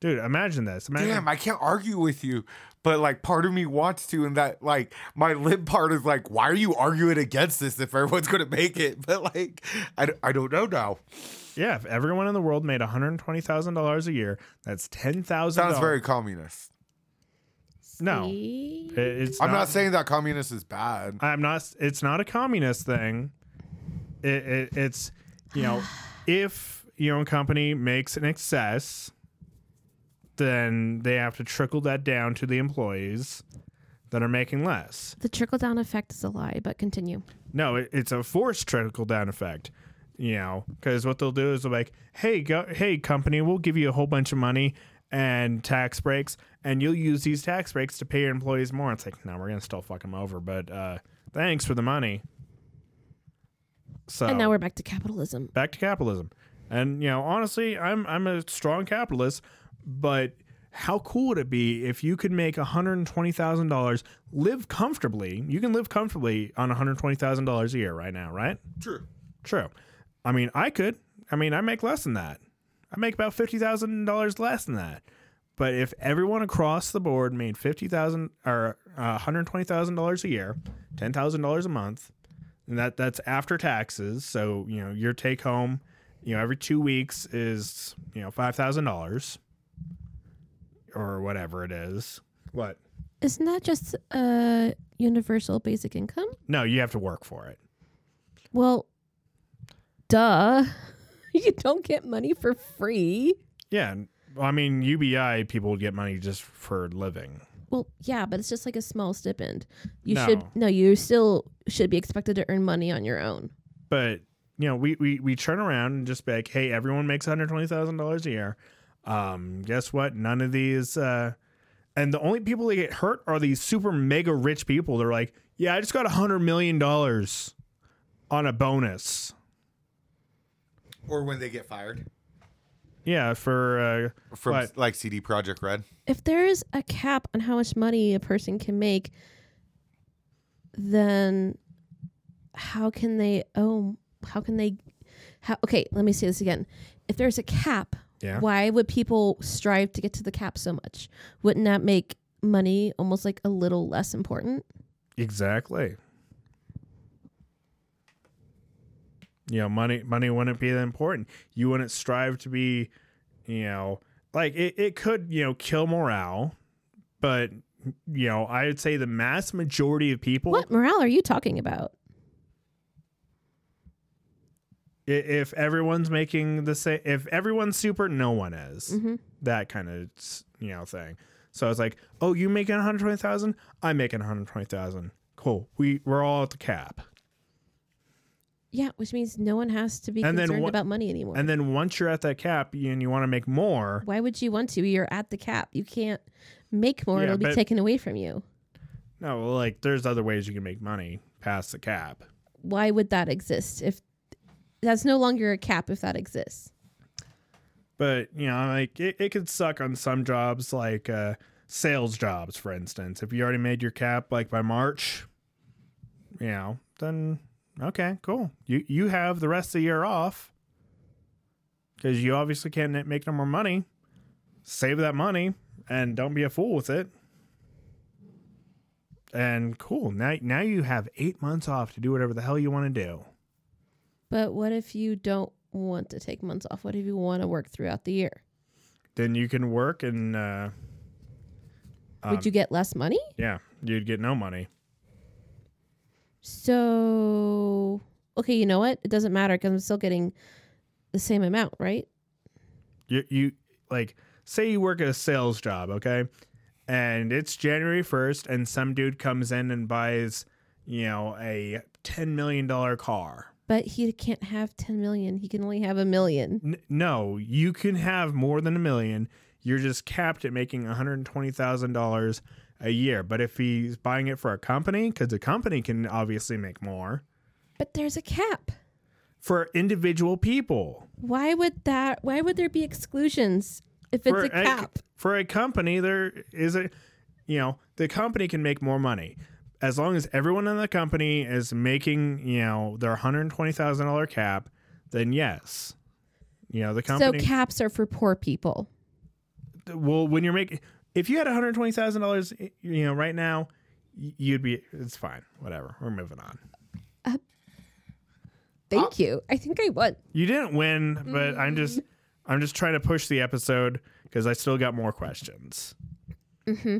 S1: Dude, imagine this. Imagine
S2: Damn, I can't argue with you, but like part of me wants to, and that like my lib part is like, why are you arguing against this if everyone's gonna make it? But like, I, d- I don't know now.
S1: Yeah, if everyone in the world made one hundred twenty thousand dollars a year, that's ten thousand.
S2: Sounds very communist.
S1: No.
S3: See?
S1: It's
S2: I'm not saying that communist is bad.
S1: I'm not. It's not a communist thing. It, it, it's you know, if you know a company makes an excess, then they have to trickle that down to the employees that are making less.
S3: The trickle down effect is a lie, but continue.
S1: No, it, it's a forced trickle down effect. You know, because what they'll do is they'll be like, "Hey, go, hey, company, we'll give you a whole bunch of money and tax breaks, and you'll use these tax breaks to pay your employees more." It's like, no, we're gonna still fuck them over, but uh, thanks for the money. So
S3: And now we're back to capitalism.
S1: back to capitalism, and you know, honestly, I'm I'm a strong capitalist, but how cool would it be if you could make $120,000, live comfortably? You can live comfortably on $120,000 a year right now, right?
S2: True.
S1: True. I mean, I could. I mean, I make less than that. I make about fifty thousand dollars less than that. But if everyone across the board made fifty thousand or uh, one hundred twenty thousand dollars a year, ten thousand dollars a month, and that that's after taxes. So you know your take home, you know every two weeks is you know five thousand dollars, or whatever it is. What?
S3: Isn't that just uh, universal basic income?
S1: No, you have to work for it.
S3: Well, duh. You don't get money for free.
S1: Yeah. I mean, UBI people would get money just for living.
S3: Well, yeah, but it's just like a small stipend. You
S1: No.
S3: should no, you still should be expected to earn money on your own.
S1: but you know, we we we turn around and just be like, hey, everyone makes one hundred twenty thousand dollars a year. Um, guess what? None of these. Uh, and the only people that get hurt are these super mega rich people. They're like, yeah, I just got a hundred million dollars on a bonus.
S2: Or when they get fired.
S1: yeah, for uh,
S2: from
S1: Right.
S2: like CD Project Red.
S3: If there is a cap on how much money a person can make, then how can they oh how can they how okay, let me say this again. If there's a cap,
S1: Yeah.
S3: why would people strive to get to the cap so much? Wouldn't that make money almost like a little less important?
S1: exactly. You know, money money wouldn't be that important. You wouldn't strive to be, you know, like it, it could, you know, kill morale, but you know, I would say the mass majority of people
S3: What morale are you talking about?
S1: i- if everyone's making the same if everyone's super no one is
S3: Mhm.
S1: that kind of you know thing so it's like oh you making 120000 i'm making 120000 cool we we're all at the cap
S3: Yeah, which means no one has to be
S1: And then
S3: concerned
S1: what-
S3: about money anymore.
S1: and then once you're at that cap and you want to make more
S3: Why would you want to? You're at the cap. You can't make more.
S1: Yeah,
S3: It'll be
S1: but-
S3: taken away from you.
S1: no like there's other ways you can make money past the cap
S3: Why would that exist if that's no longer a cap if that exists?
S1: but you know like it, it could suck on some jobs like uh sales jobs for instance if you already made your cap like by march you know then okay cool you you have the rest of the year off because you obviously can't n- make no more money save that money and don't be a fool with it and cool now now you have eight months off to do whatever the hell you want to do
S3: But what if you don't want to take months off? What if you want to work throughout the year?
S1: then you can work and uh Um,
S3: would you get less money?
S1: yeah you'd get no money
S3: So, okay, you know what? It doesn't matter because I'm still getting the same amount, right?
S1: you you like say you work at a sales job, okay? And it's January 1st and some dude comes in and buys, you know, a 10 million dollar car.
S3: But he can't have 10 million. He can only have a million.
S1: N- no, you can have more than a million. You're just capped at making $120,000 a year. But if he's buying it for a company cuz the company can obviously make more
S3: But there's a cap.
S1: for individual people.
S3: Why would that? Why would there be exclusions if it's
S1: for
S3: a cap?
S1: for a company there is a you know the company can make more money as long as everyone in the company is making you know their $120000 cap then yes you know the
S3: so
S1: company
S3: caps are for poor people.
S1: well when you're making if you had $120000 you know right now y- you'd be it's fine whatever we're moving on
S3: Thank
S1: Oh.
S3: you. I think I won.
S1: you didn't win but i'm just i'm just trying to push the episode because i still got more questions
S3: hmm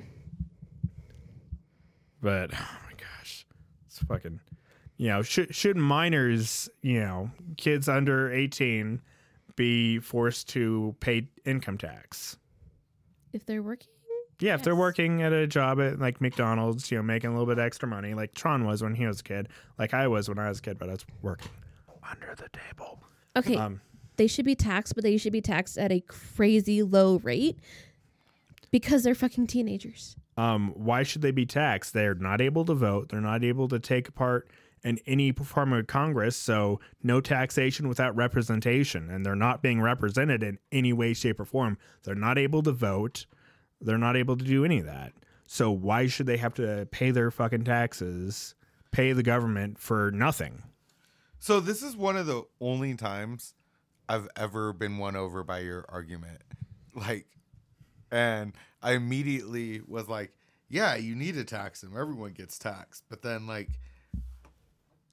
S1: But oh my gosh, it's fucking. You know, should should minors, you know, kids under eighteen, be forced to pay income tax?
S3: If they're working,
S1: Yeah, if they're
S3: Yes.
S1: working at a job at like McDonald's, you know, making a little bit extra money, like Tron was when he was a kid, like I was when I was a kid, but I was working under the table.
S3: okay,
S1: Um,
S3: they should be taxed, but they should be taxed at a crazy low rate because they're fucking teenagers.
S1: um, why should they be taxed? They're not able to vote. They're not able to take part in any form of Congress. So no taxation without representation, and they're not being represented in any way, shape, or form. They're not able to vote. They're not able to do any of that. So why should they have to pay their fucking taxes, pay the government for nothing?
S2: So this is one of the only times I've ever been won over by your argument. Like and I immediately was like, yeah, you need to tax them. Everyone gets taxed. But then like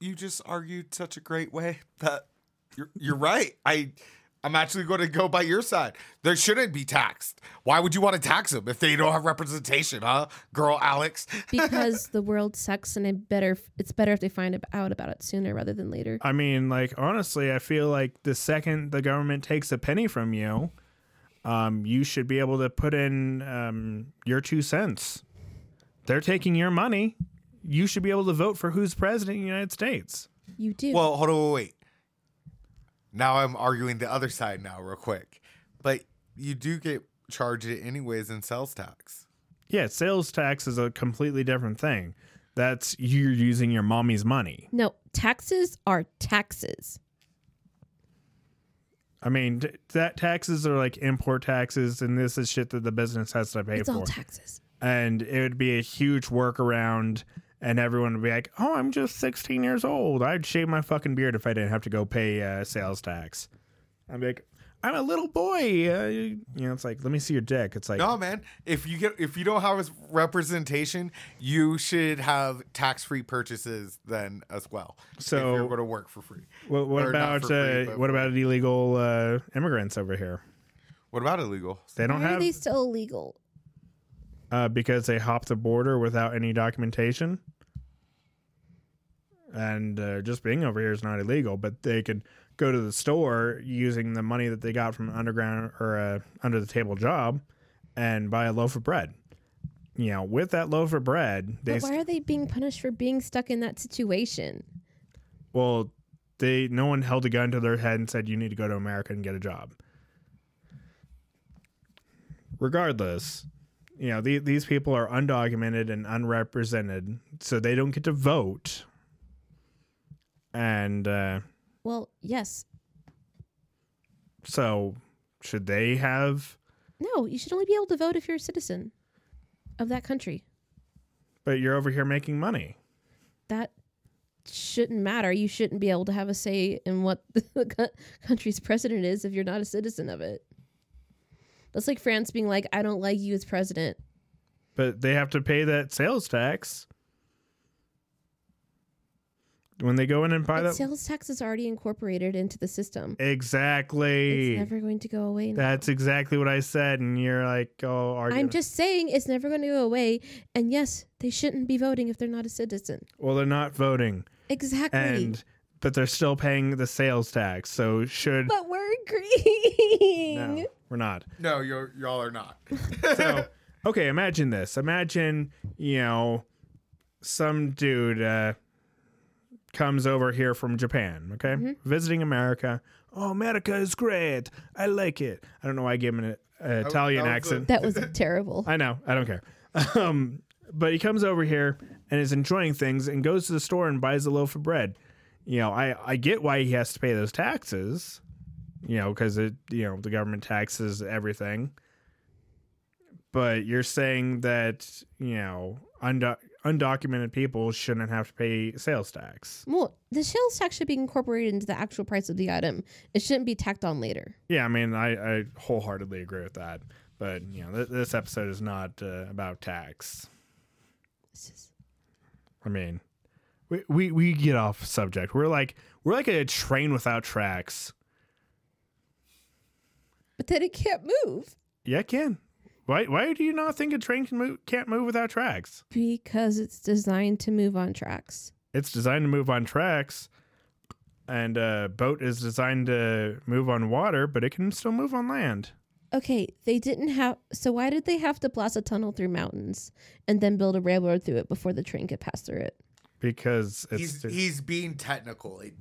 S2: you just argued such a great way that you're you're right. I I'm actually going to go by your side. They shouldn't be taxed. Why would you want to tax them if they don't have representation, huh? Girl Alex.
S3: Because the world sucks, and it better it's better if they find ab- out about it sooner rather than later.
S1: I mean, like honestly, I feel like the second the government takes a penny from you, um, you should be able to put in um, your two cents. They're taking your money. You should be able to vote for who's president of the United States.
S3: You do.
S2: Well, hold on, wait. Now I'm arguing the other side now, real quick. But you do get charged it anyways in sales tax.
S1: Yeah, sales tax is a completely different thing. That's you're using your mommy's money.
S3: no, taxes are taxes.
S1: I mean, t- that taxes are like import taxes, and this is shit that the business has to pay
S3: It's
S1: for.
S3: all taxes.
S1: and it would be a huge workaround, and everyone would be like, "Oh, I'm just 16 years old. I'd shave my fucking beard if I didn't have to go pay uh, sales tax." I'm like, "I'm a little boy." Uh, you know, it's like, "Let me see your dick." It's like,
S2: No, man. If you get if you don't have representation, you should have tax free purchases then as well.
S1: So-
S2: if you're going to work for free.
S1: "What, what
S2: Or not
S1: about
S2: for free,
S1: uh,
S2: but-
S1: what about illegal uh, immigrants over here?
S2: What about illegal?
S1: They don't
S3: Why are
S1: have
S3: they still illegal?
S1: uh, because they hop the border without any documentation. And uh, just being over here is not illegal, but they could go to the store using the money that they got from an underground or uh, under the table job and buy a loaf of bread. You know, with that loaf of bread, they
S3: But why are they being punished for being stuck in that situation?
S1: well, they no one held a gun to their head and said you need to go to America and get a job. Regardless, you know the, these people are undocumented and unrepresented, so they don't get to vote. And uh,
S3: Well, yes.
S1: so, should they have?
S3: No, you should only be able to vote if you're a citizen of that country.
S1: But you're over here making money.
S3: That shouldn't matter. You shouldn't be able to have a say in what the co- country's president is if you're not a citizen of it. That's like France being like, I don't like you as president.
S1: but they have to pay that sales tax when they go in and buy
S3: But
S1: that.
S3: sales tax is already incorporated into the system.
S1: exactly.
S3: It's never going to go away. now.
S1: That's exactly what I said, and you're like, "Oh, are you?"
S3: I'm just saying it's never going to go away. And yes, they shouldn't be voting if they're not a citizen.
S1: well, they're not voting,
S3: Exactly.
S1: and but they're still paying the sales tax. So should
S3: but we're agreeing.
S1: no, we're not.
S2: No, you're, y'all are not.
S1: So okay, imagine this. Imagine you know some dude uh, comes over here from Japan, okay,
S3: Mm-hmm.
S1: visiting America. Oh, America is great. I like it. I don't know why I gave him an, uh, Italian
S2: that was a-
S1: accent.
S3: That was terrible.
S1: I know. I don't care. Um, but he comes over here and is enjoying things and goes to the store and buys a loaf of bread. You know, I, I get why he has to pay those taxes, you know, because it, you know, the government taxes everything. But you're saying that, you know, undo- undocumented people shouldn't have to pay sales tax.
S3: Well, the sales tax should be incorporated into the actual price of the item. It shouldn't be tacked on later.
S1: Yeah, I mean, I, I wholeheartedly agree with that. But, you know, th- this episode is not uh, about tax.
S3: This is-
S1: I mean, we, we we get off subject. We're like we're like a train without tracks.
S3: But then it can't move
S1: Yeah, it can. Why why do you not think a train can move, can't move without tracks?
S3: because it's designed to move on tracks.
S1: It's designed to move on tracks, and a boat is designed to move on water, but it can still move on land.
S3: Okay, they didn't have. So why did they have to blast a tunnel through mountains and then build a railroad through it before the train could pass through it?
S1: Because it's
S2: he's he's being technical. It,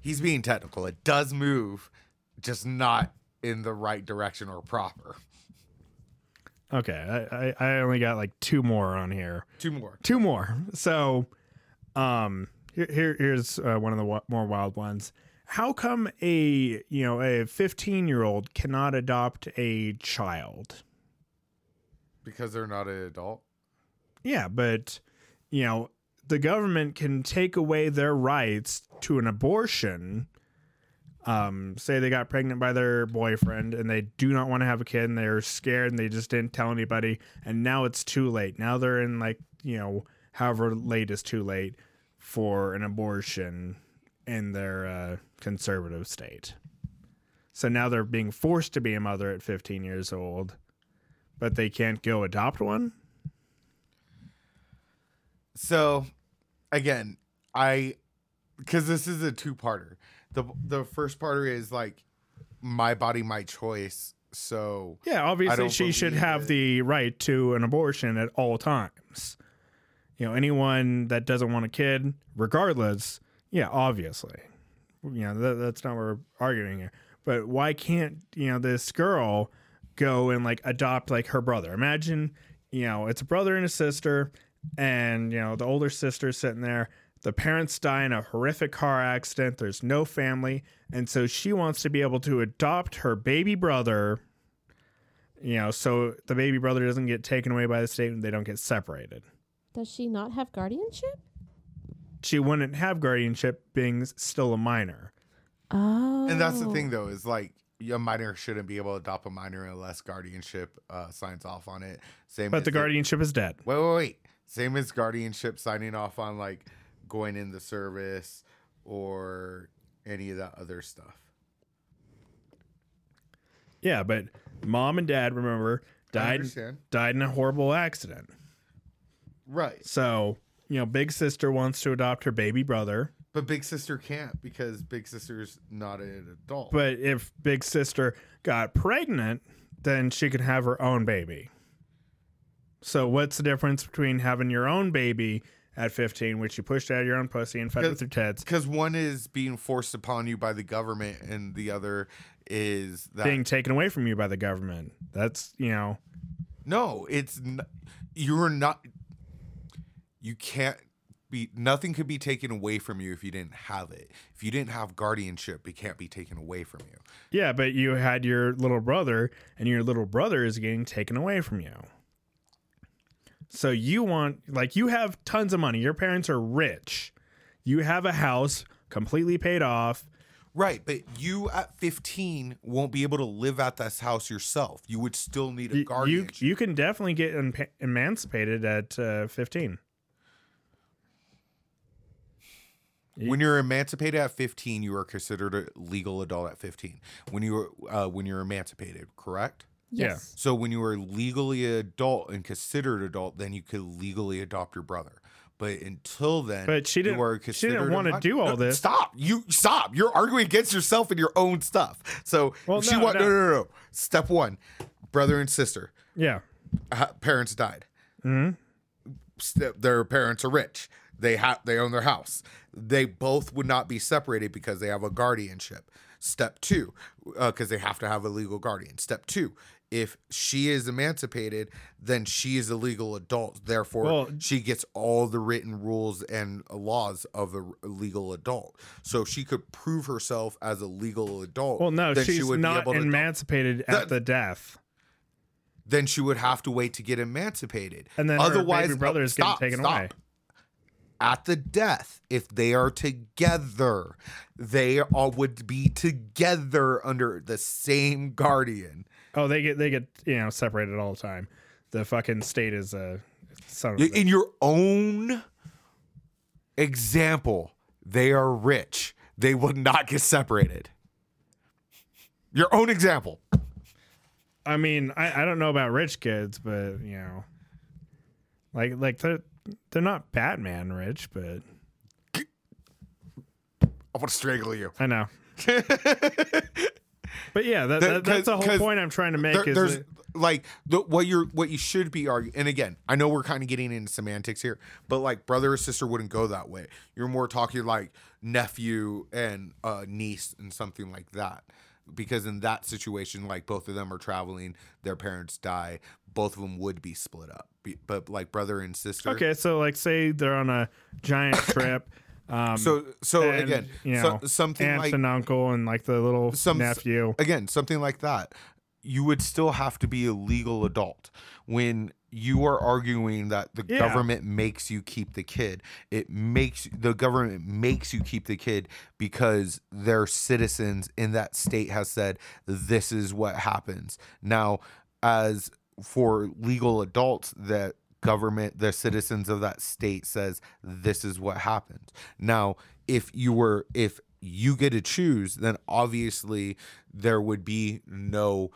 S2: he's being technical. It does move, just not in the right direction or proper.
S1: okay. I, I I only got like two more on here.
S2: Two more.
S1: two more. So, um, here, here here's uh, one of the w- more wild ones. How come a you know a 15 year old cannot adopt a child?
S2: Because they're not an adult.
S1: Yeah, but you know the government can take away their rights to an abortion. Um, say they got pregnant by their boyfriend and they do not want to have a kid and they're scared and they just didn't tell anybody and now it's too late. Now they're in like you know however late is too late for an abortion in their uh, conservative state. So now they're being forced to be a mother at 15 years old, but they can't go adopt one.
S2: So, again, I because this is a two-parter. The the first parter is like my body, my choice. So
S1: Yeah,
S2: I
S1: obviously
S2: don't
S1: she should
S2: believe
S1: have
S2: it.
S1: the right to an abortion at all times. You know, anyone that doesn't want a kid, regardless, yeah, obviously. You know, that, that's not what we're arguing here. But why can't, you know, this girl go and like adopt like her brother? Imagine, you know, it's a brother and a sister, and, you know, the older sister's sitting there. The parents die in a horrific car accident. There's no family. And so she wants to be able to adopt her baby brother, you know, so the baby brother doesn't get taken away by the state and they don't get separated.
S3: Does she not have guardianship?
S1: She wouldn't have guardianship being s- still a minor.
S3: Oh.
S2: And that's the thing, though, is like a minor shouldn't be able to adopt a minor unless guardianship uh, signs off on it. Same,
S1: But the
S2: as-
S1: guardianship is dead.
S2: Wait, wait, wait. Same as guardianship signing off on like going in the service or any of that other stuff.
S1: Yeah, but mom and dad, remember, died
S2: understand.
S1: died in a horrible accident.
S2: Right.
S1: So, you know, big sister wants to adopt her baby brother.
S2: But big sister can't because big sister's not an adult.
S1: But if big sister got pregnant, then she could have her own baby. So, what's the difference between having your own baby at 15, which you pushed out of your own pussy and fed with your tits,
S2: because one is being forced upon you by the government, and the other is that
S1: being taken away from you by the government? That's, you know,
S2: No, it's n- you're not. You can't be. Nothing could be taken away from you if you didn't have it. If you didn't have guardianship, it can't be taken away from you.
S1: yeah, but you had your little brother, and your little brother is getting taken away from you. So, you want, like, you have tons of money. Your parents are rich. You have a house completely paid off.
S2: Right, but you at 15 won't be able to live at this house yourself. You would still need a
S1: Y- You,
S2: guardianship.
S1: you can definitely get em- emancipated at uh, 15.
S2: when you're emancipated at 15, you are considered a legal adult at 15. When you are, uh, when you're emancipated, correct?
S3: Yes.
S2: So when you were legally adult and considered adult, then you could legally adopt your brother. But until then,
S1: But she
S2: you
S1: didn't-
S2: were
S1: she didn't
S2: considered a
S1: wanna
S2: minor.
S1: do all
S2: No,
S1: this.
S2: Stop! You stop! You're arguing against yourself and your own stuff. So
S1: Well,
S2: she
S1: no,
S2: wa-
S1: no.
S2: no. no, no, no. Step one: brother and sister,
S1: Yeah.
S2: uh, parents died. Step, their parents are rich. They have they own their house. They both would not be separated because they have a guardianship. Step two, because they have to have a legal guardian. Step two, if she is emancipated, then she is a legal adult. Therefore,
S1: Well-
S2: she gets all the written rules and laws of a legal adult. So if she could prove herself as a legal adult.
S1: Well, no,
S2: then
S1: she's
S2: she would
S1: not
S2: be able to.
S1: emancipated at
S2: That-
S1: the death.
S2: Then she would have to wait to get emancipated.
S1: And then
S2: otherwise,
S1: her baby brother
S2: no,
S1: is getting
S2: stop,
S1: taken
S2: stop.
S1: away.
S2: at the death if they are together they all would be together under the same guardian
S1: Oh, they get they get you know separated all the time. The fucking state is a son of a
S2: in your own example they are rich they will not get separated your own example
S1: I mean, I, I don't know about rich kids, but you know, like like they're they're not Batman rich, but
S2: i want to strangle you
S1: I know. but yeah, that, that, that's the whole
S2: 'cause
S1: point I'm trying to make.
S2: There-
S1: is
S2: there's
S1: that-
S2: like the, what you're what you should be arguing. And again, I know we're kind of getting into semantics here, but like brother or sister wouldn't go that way. You're more talking like nephew and uh, niece and something like that, because in that situation, like both of them are traveling, their parents die, both of them would be split up. Be, but like brother and sister,
S1: Okay, so like say they're on a giant trip. Um,
S2: So so
S1: and,
S2: again,
S1: you
S2: so-
S1: know,
S2: something
S1: aunt
S2: like
S1: and uncle and like the little
S2: Some-
S1: nephew.
S2: again something like that you would still have to be a legal adult when you are arguing that the
S1: Yeah.
S2: government makes you keep the kid it makes the government makes you keep the kid because their citizens in that state has said this is what happens now as for legal adults that government the citizens of that state says this is what happened now if you were if you get to choose then obviously there would be no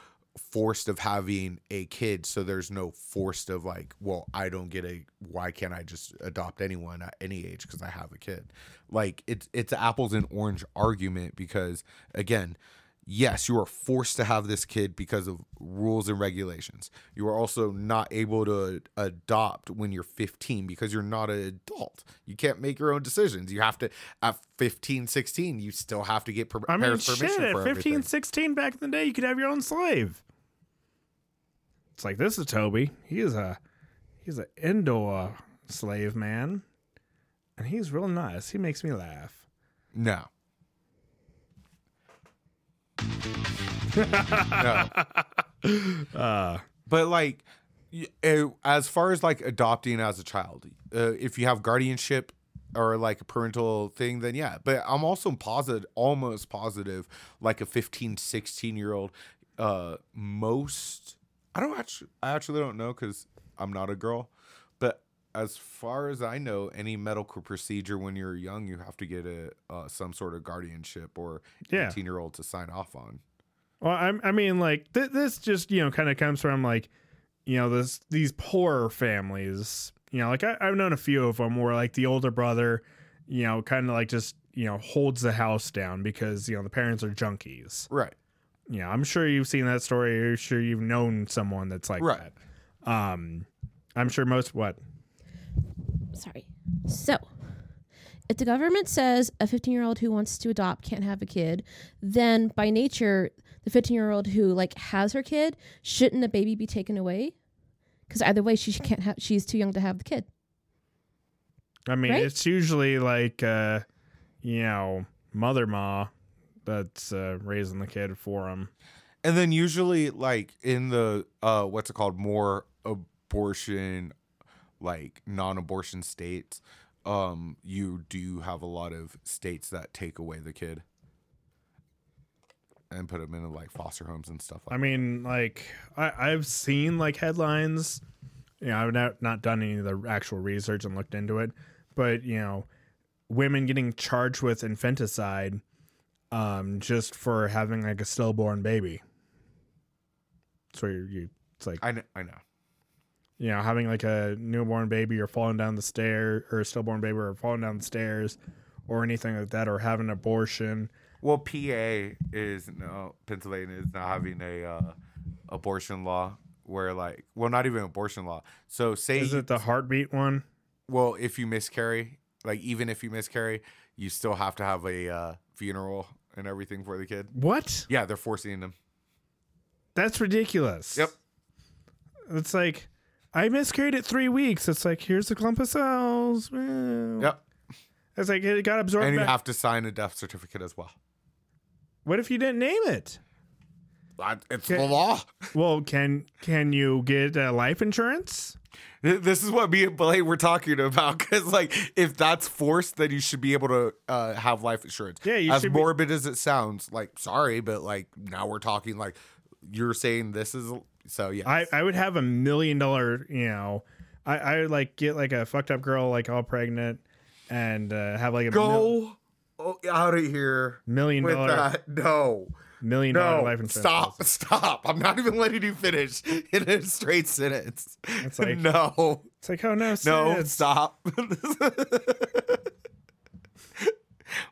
S2: forced of having a kid so there's no forced of like well i don't get a why can't i just adopt anyone at any age because i have a kid like it's it's a apples and orange argument because again yes, you are forced to have this kid because of rules and regulations. You are also not able to adopt when you're 15 because you're not an adult. You can't make your own decisions. You have to, at 15, 16, you still have to get per-
S1: I mean,
S2: parents'
S1: shit,
S2: permission
S1: at
S2: for
S1: 15,
S2: everything.
S1: 16 back in the day, you could have your own slave. It's like this is Toby. He is a he's an indoor slave man. and he's real nice. He makes me laugh.
S2: No. no.
S1: Uh,
S2: But like, y- eh, as far as like adopting as a child, uh, if you have guardianship or like a parental thing, then yeah. But I'm also positive, almost positive, like a 15, 16 year old, uh, most, I don't actually, I actually don't know because I'm not a girl. But as far as I know, any medical procedure when you're young, you have to get a uh, some sort of guardianship or
S1: Yeah.
S2: 18 year old to sign off on.
S1: well, I, I mean, like th- this just you know kind of comes from like you know this these poorer families. You know, like I, I've known a few of them where like the older brother, you know, kind of like just you know holds the house down because you know the parents are junkies.
S2: Right.
S1: you know, I'm sure you've seen that story. You're sure you've known someone that's like
S2: Right.
S1: that. Um, I'm sure most what
S3: Sorry. So, if the government says a 15 year old who wants to adopt can't have a kid, then by nature, the 15 year old who like has her kid shouldn't the baby be taken away? Because either way, she can't have. She's too young to have the kid.
S1: I mean.
S3: Right?
S1: It's usually like uh, you know, mother ma that's uh, raising the kid for him.
S2: And then usually like in the uh what's it called more abortion like non-abortion states um you do have a lot of states that take away the kid and put them into like foster homes and stuff
S1: I
S2: like
S1: mean, like I, I've seen like headlines. You know, I've not, not done any of the actual research and looked into it, but you know, women getting charged with infanticide, um, just for having like a stillborn baby. So you, you it's like
S2: I know, I know.
S1: you know having like a newborn baby or falling down the stair or a stillborn baby or falling down the stairs or anything like that or having an abortion.
S2: Well, PA is no Pennsylvania is now having a uh, abortion law where like well not even abortion law. So say
S1: Is
S2: you-
S1: it the heartbeat one?
S2: well if you miscarry like even if you miscarry you still have to have a uh, funeral and everything for the kid
S1: What?
S2: yeah they're forcing them
S1: That's ridiculous.
S2: Yep.
S1: It's like I miscarried at three weeks. It's like here's a clump of cells. Well.
S2: yep
S1: It's like it got absorbed.
S2: and you
S1: Mm. back-
S2: have to sign a death certificate as well
S1: what if you didn't name it?
S2: That- it's the
S1: Okay.
S2: law
S1: Well, can can you get uh, life insurance?
S2: this is what me and Blake were talking about because like if that's forced then you should be able to uh, have life insurance
S1: Yeah, you
S2: as
S1: should be-
S2: morbid as it sounds like sorry but like now we're talking like you're saying this is so yeah
S1: I I would have a million dollar. You know, I I would like get like a fucked up girl like all pregnant and uh, have like a mil-
S2: go out of here
S1: million
S2: with
S1: dollar
S2: that no
S1: million dollar
S2: No,
S1: life insurance.
S2: stop,
S1: policy.
S2: stop. I'm not even letting you finish in a straight sentence.
S1: It's like-
S2: no,
S1: It's like oh no,
S2: no,
S1: sis.
S2: stop.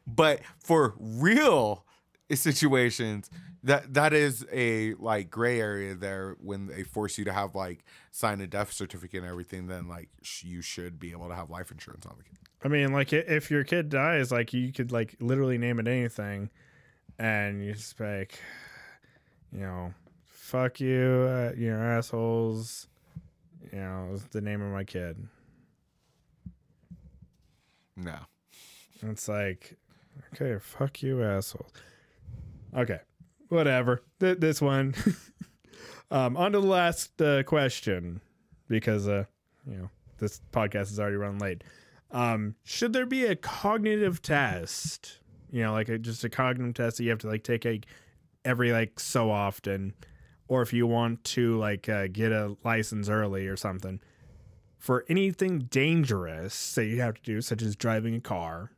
S2: but for real situations, that that is a like gray area there when they force you to have like sign a death certificate and everything. Then like sh- you should be able to have life insurance on the kid.
S1: I mean, like i- if your kid dies, like you could like literally name it anything, and you just be like, you know, fuck you, uh, you know, assholes. You know, is the name of my kid.
S2: No,
S1: And it's like, okay, fuck you, assholes. Okay, whatever. Th- this one. um, on to the last uh, question, because uh, you know this podcast is already run late. Um, should there be a cognitive test? You know, like a, just a cognitive test that you have to like take a, every like so often, or if you want to like uh, get a license early or something. For anything dangerous that you have to do, such as driving a car,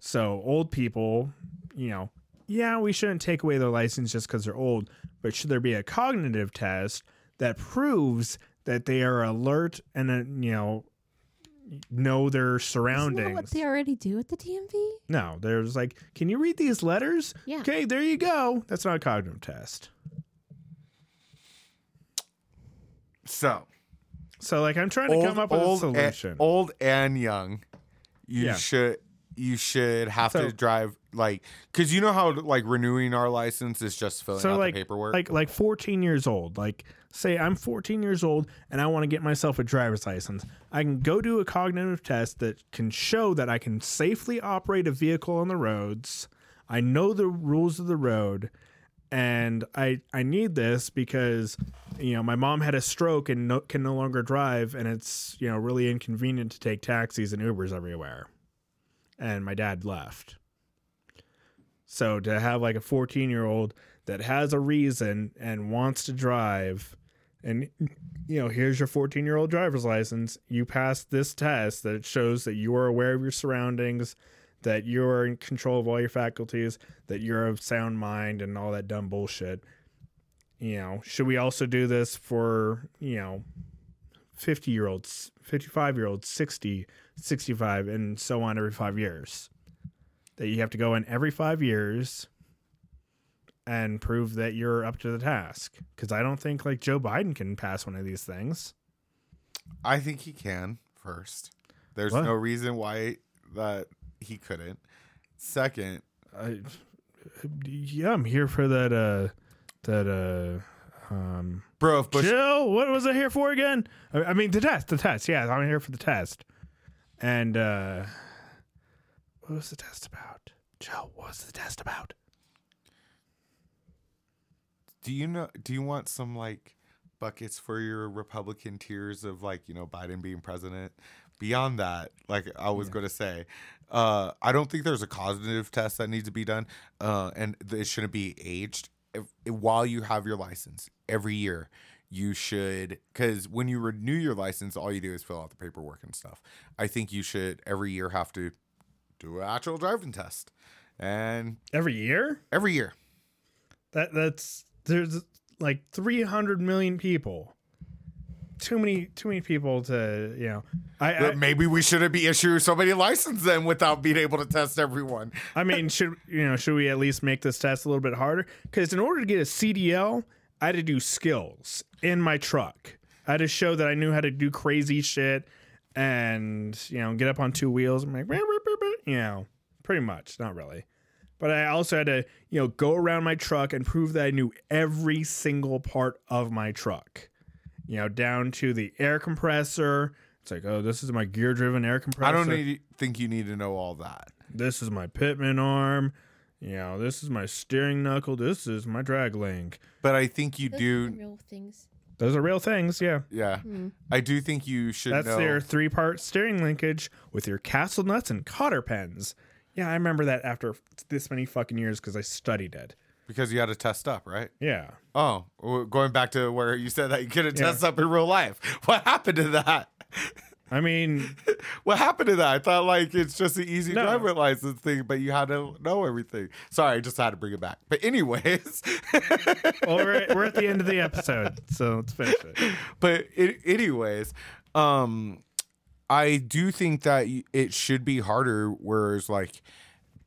S1: so old people, you know, yeah, we shouldn't take away their license just because they're old, but should there be a cognitive test that proves that they are alert and uh, you know know their
S3: Isn't
S1: surroundings?
S3: that what they already do at the DMV?
S1: no, there's like, can you read these letters?
S3: Yeah.
S1: Okay, there you go. That's not a cognitive test.
S2: so
S1: So like, I'm trying to come up with a
S2: and-
S1: solution.
S2: old and young, you
S1: Yeah.
S2: should you should have
S1: So-
S2: to drive like because you know how like renewing our license is just filling
S1: So
S2: out
S1: like
S2: the paperwork.
S1: like like 14 years old. Like say I'm 14 years old and I want to get myself a driver's license. I can go do a cognitive test that can show that I can safely operate a vehicle on the roads. I know the rules of the road and I I need this because you know my mom had a stroke and no, can no longer drive and it's you know really inconvenient to take taxis and Ubers everywhere. And my dad left. So to have like a 14 year old that has a reason and wants to drive, and you know, here's your 14 year old driver's license. You pass this test that shows that you are aware of your surroundings, that you are in control of all your faculties, that you're of sound mind, and all that dumb bullshit. You know, should we also do this for, you know, 50 year olds, 55 year olds, 60, 65, and so on every five years? that you have to go in every five years and prove that you're up to the task. Because I don't think like Joe Biden can pass one of these things.
S2: I think he can first. There's
S1: What?
S2: no reason why that he couldn't. Second,
S1: I, yeah, I'm here for that. Uh, that. Uh, um,
S2: bro, if Bush
S1: Jill, what was I here for again? I, I mean, the test, the test. Yeah, I'm here for the test. And uh, what was the test about? Joe, what was the test about?
S2: do you know do you want some like buckets for your republican tiers of like you know biden being president beyond that like i was going to say uh i don't think there's a cognitive test that needs to be done uh and th- it shouldn't be aged if, while you have your license every year you should because when you renew your license all you do is fill out the paperwork and stuff i think you should every year have to do an actual driving test and
S1: Every year?
S2: every year
S1: That that's there's like 300 million people. Too many too many people to you know. I
S2: But
S1: I,
S2: maybe we shouldn't be issuing so many licenses then without being able to test everyone.
S1: I mean, should you know? Should we at least make this test a little bit harder? Because in order to get a CDL, I had to do skills in my truck. I had to show that I knew how to do crazy shit and you know get up on two wheels. I'm like, "Wah, wah, wah, wah," you know, pretty much, not really. But I also had to you know go around my truck and prove that I knew every single part of my truck. You know, down to the air compressor. It's like, oh, this is my gear-driven air compressor
S2: I don't need, think you need to know all that.
S1: this is my pitman arm you know this is my steering knuckle this is my drag link
S2: But I think you
S3: Those are
S2: do.
S3: real things.
S1: those are real things yeah
S2: Yeah, I do think you should
S1: that's
S2: know.
S1: your three part steering linkage with your castle nuts and cotter pens yeah i remember that after this many fucking years because i studied it
S2: because you had to test up, right?
S1: yeah
S2: Oh, w- going back to where you said that you couldn't
S1: Yeah.
S2: test up in real life. What happened to that?
S1: i mean
S2: What happened to that? I thought like it's just an easy
S1: No.
S2: driver license thing, but you had to know everything. Sorry, I just had to bring it back. But anyways,
S1: well, we're, at, we're at the end of the episode so let's finish it
S2: but it, anyways, um, I do think that y- it should be harder. Whereas like,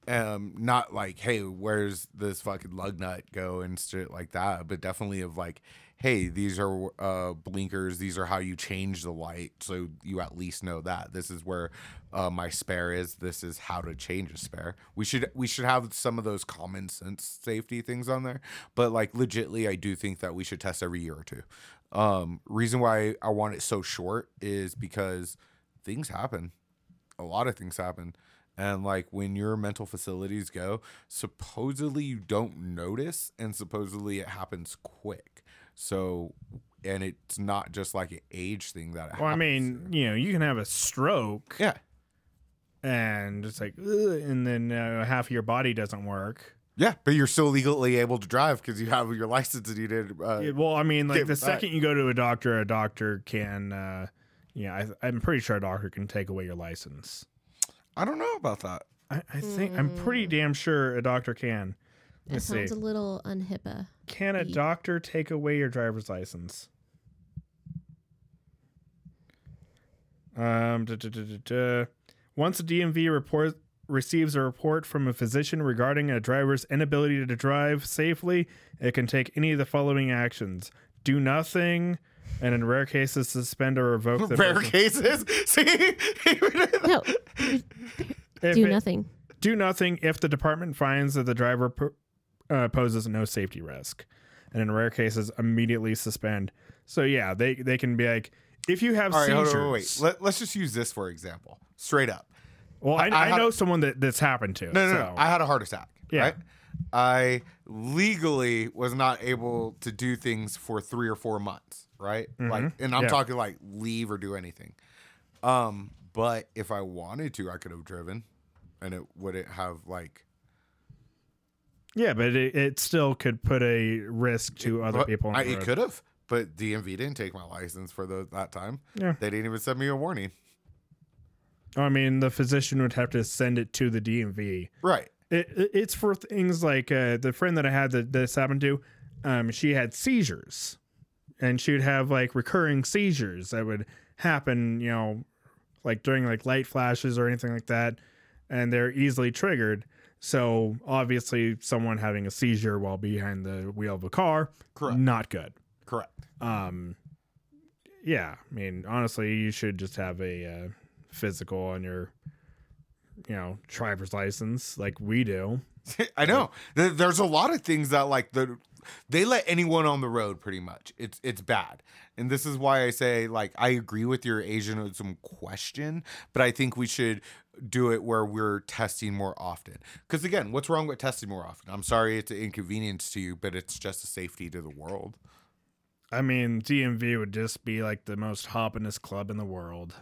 S2: um, not like, hey, where's this fucking lug nut go and shit like that, but definitely of like, hey, these are uh blinkers. These are how you change the light, so you at least know that this is where uh, my spare is. This is how to change a spare. We should we should have some of those common sense safety things on there. But like, legitly, I do think that we should test every year or two. Um, reason why I want it so short is because things happen a lot of things happen. And like when your mental facilities go, supposedly you don't notice and supposedly it happens quick. So and it's not just like an age thing that it happens.
S1: well i mean you know you can have a stroke
S2: Yeah.
S1: and it's like "Ugh," and then uh, half of your body doesn't work
S2: Yeah, but you're still legally able to drive because you have your license and you did uh,
S1: Yeah, well, I mean, like
S2: give
S1: the
S2: it back.
S1: second you go to a doctor, a doctor can, uh, yeah, I, I'm pretty sure a doctor can take away your license.
S2: I don't know about that.
S1: I, I think I'm
S2: Hmm.
S1: pretty damn sure a doctor can.
S3: That
S1: Let's see.
S3: sounds a little unhippa.
S1: Can a
S3: Ye-
S1: doctor take away your driver's license? Um, duh, duh, duh, duh, duh. Once a DMV report receives a report from a physician regarding a driver's inability to drive safely, it can take any of the following actions: do nothing, and in rare cases, suspend or revoke the
S2: Rare
S1: person-
S2: cases. See, Even-
S3: No,
S1: if
S3: do
S1: it-
S3: nothing.
S1: do nothing if the department finds that the driver po- uh, poses no safety risk, and in rare cases, immediately suspend. So yeah, they they can be like, if you have
S2: All right, hold
S1: seizures.
S2: on, wait, wait. Let, let's just use this for example. Straight up.
S1: well, I,
S2: I- I
S1: I,
S2: have-
S1: know someone that this happened to.
S2: No, no,
S1: so.
S2: no. I had a heart attack.
S1: Yeah.
S2: Right? I legally was not able to do things for three or four months. Right. Like, and I'm
S1: Mm-hmm. Yeah.
S2: talking like leave or do anything. Um, but if I wanted to, I could have driven, and it wouldn't have like
S1: yeah, but it, it still could put a risk to other
S2: But
S1: people. on
S2: I,
S1: the
S2: it
S1: road.
S2: could have, but DMV didn't take my license for the, that time.
S1: Yeah.
S2: They didn't even send me a warning.
S1: I mean, the physician would have to send it to the DMV.
S2: Right.
S1: It, it- it's for things like uh, the friend that I had that this happened to. Um, she had seizures, and she would have like recurring seizures that would happen, you know, like during like light flashes or anything like that, and they're easily triggered. So obviously, someone having a seizure while behind the wheel of a car,
S2: Correct.
S1: not good.
S2: Correct.
S1: Um, yeah, I mean, honestly, you should just have a uh, physical on your, you know, driver's license, like we do.
S2: I know. There- There's a lot of things that like the they let anyone on the road pretty much. It's it's bad. And this is why I say like I agree with your Asianism question, but I think we should do it where we're testing more often. Cuz again, what's wrong with testing more often? I'm sorry it's an inconvenience to you, but it's just a safety to the world.
S1: I mean, DMV would just be like the most hoppinest club in the world.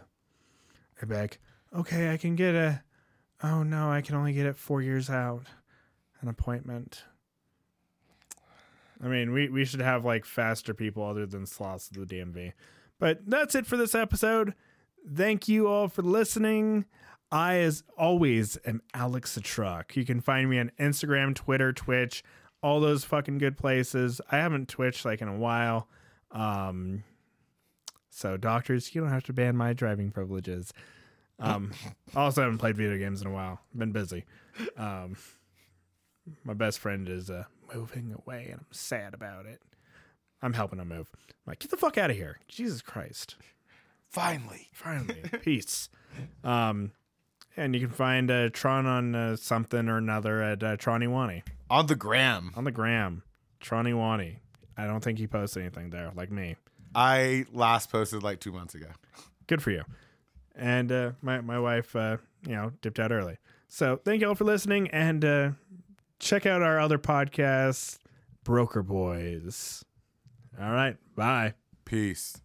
S1: I'd be like, okay, I can get a, oh no, I can only get it four years out, an appointment. I mean, we, we should have like faster people other than slots at the DMV. But that's it for this episode. Thank you all for listening. I, as always, am Alex the Truck. You can find me on Instagram, Twitter, Twitch, all those fucking good places. I haven't twitched like in a while. Um, so doctors, you don't have to ban my driving privileges. Um, also haven't played video games in a while. Been busy. Um, my best friend is uh, moving away, and I'm sad about it. I'm helping him move. I'm like, get the fuck out of here, Jesus Christ!
S2: Finally.
S1: Finally, peace. Um, and you can find uh, Tron on uh, something or another at uh, Troniwani
S2: On the gram.
S1: on the gram. Troniwani. I don't think he posts anything there, like me.
S2: I last posted like 2 months ago.
S1: good for you. And uh, my my wife, uh, you know, dipped out early. So thank you all for listening, and uh, check out our other podcasts, Broker Boys. All right, bye.
S2: Peace.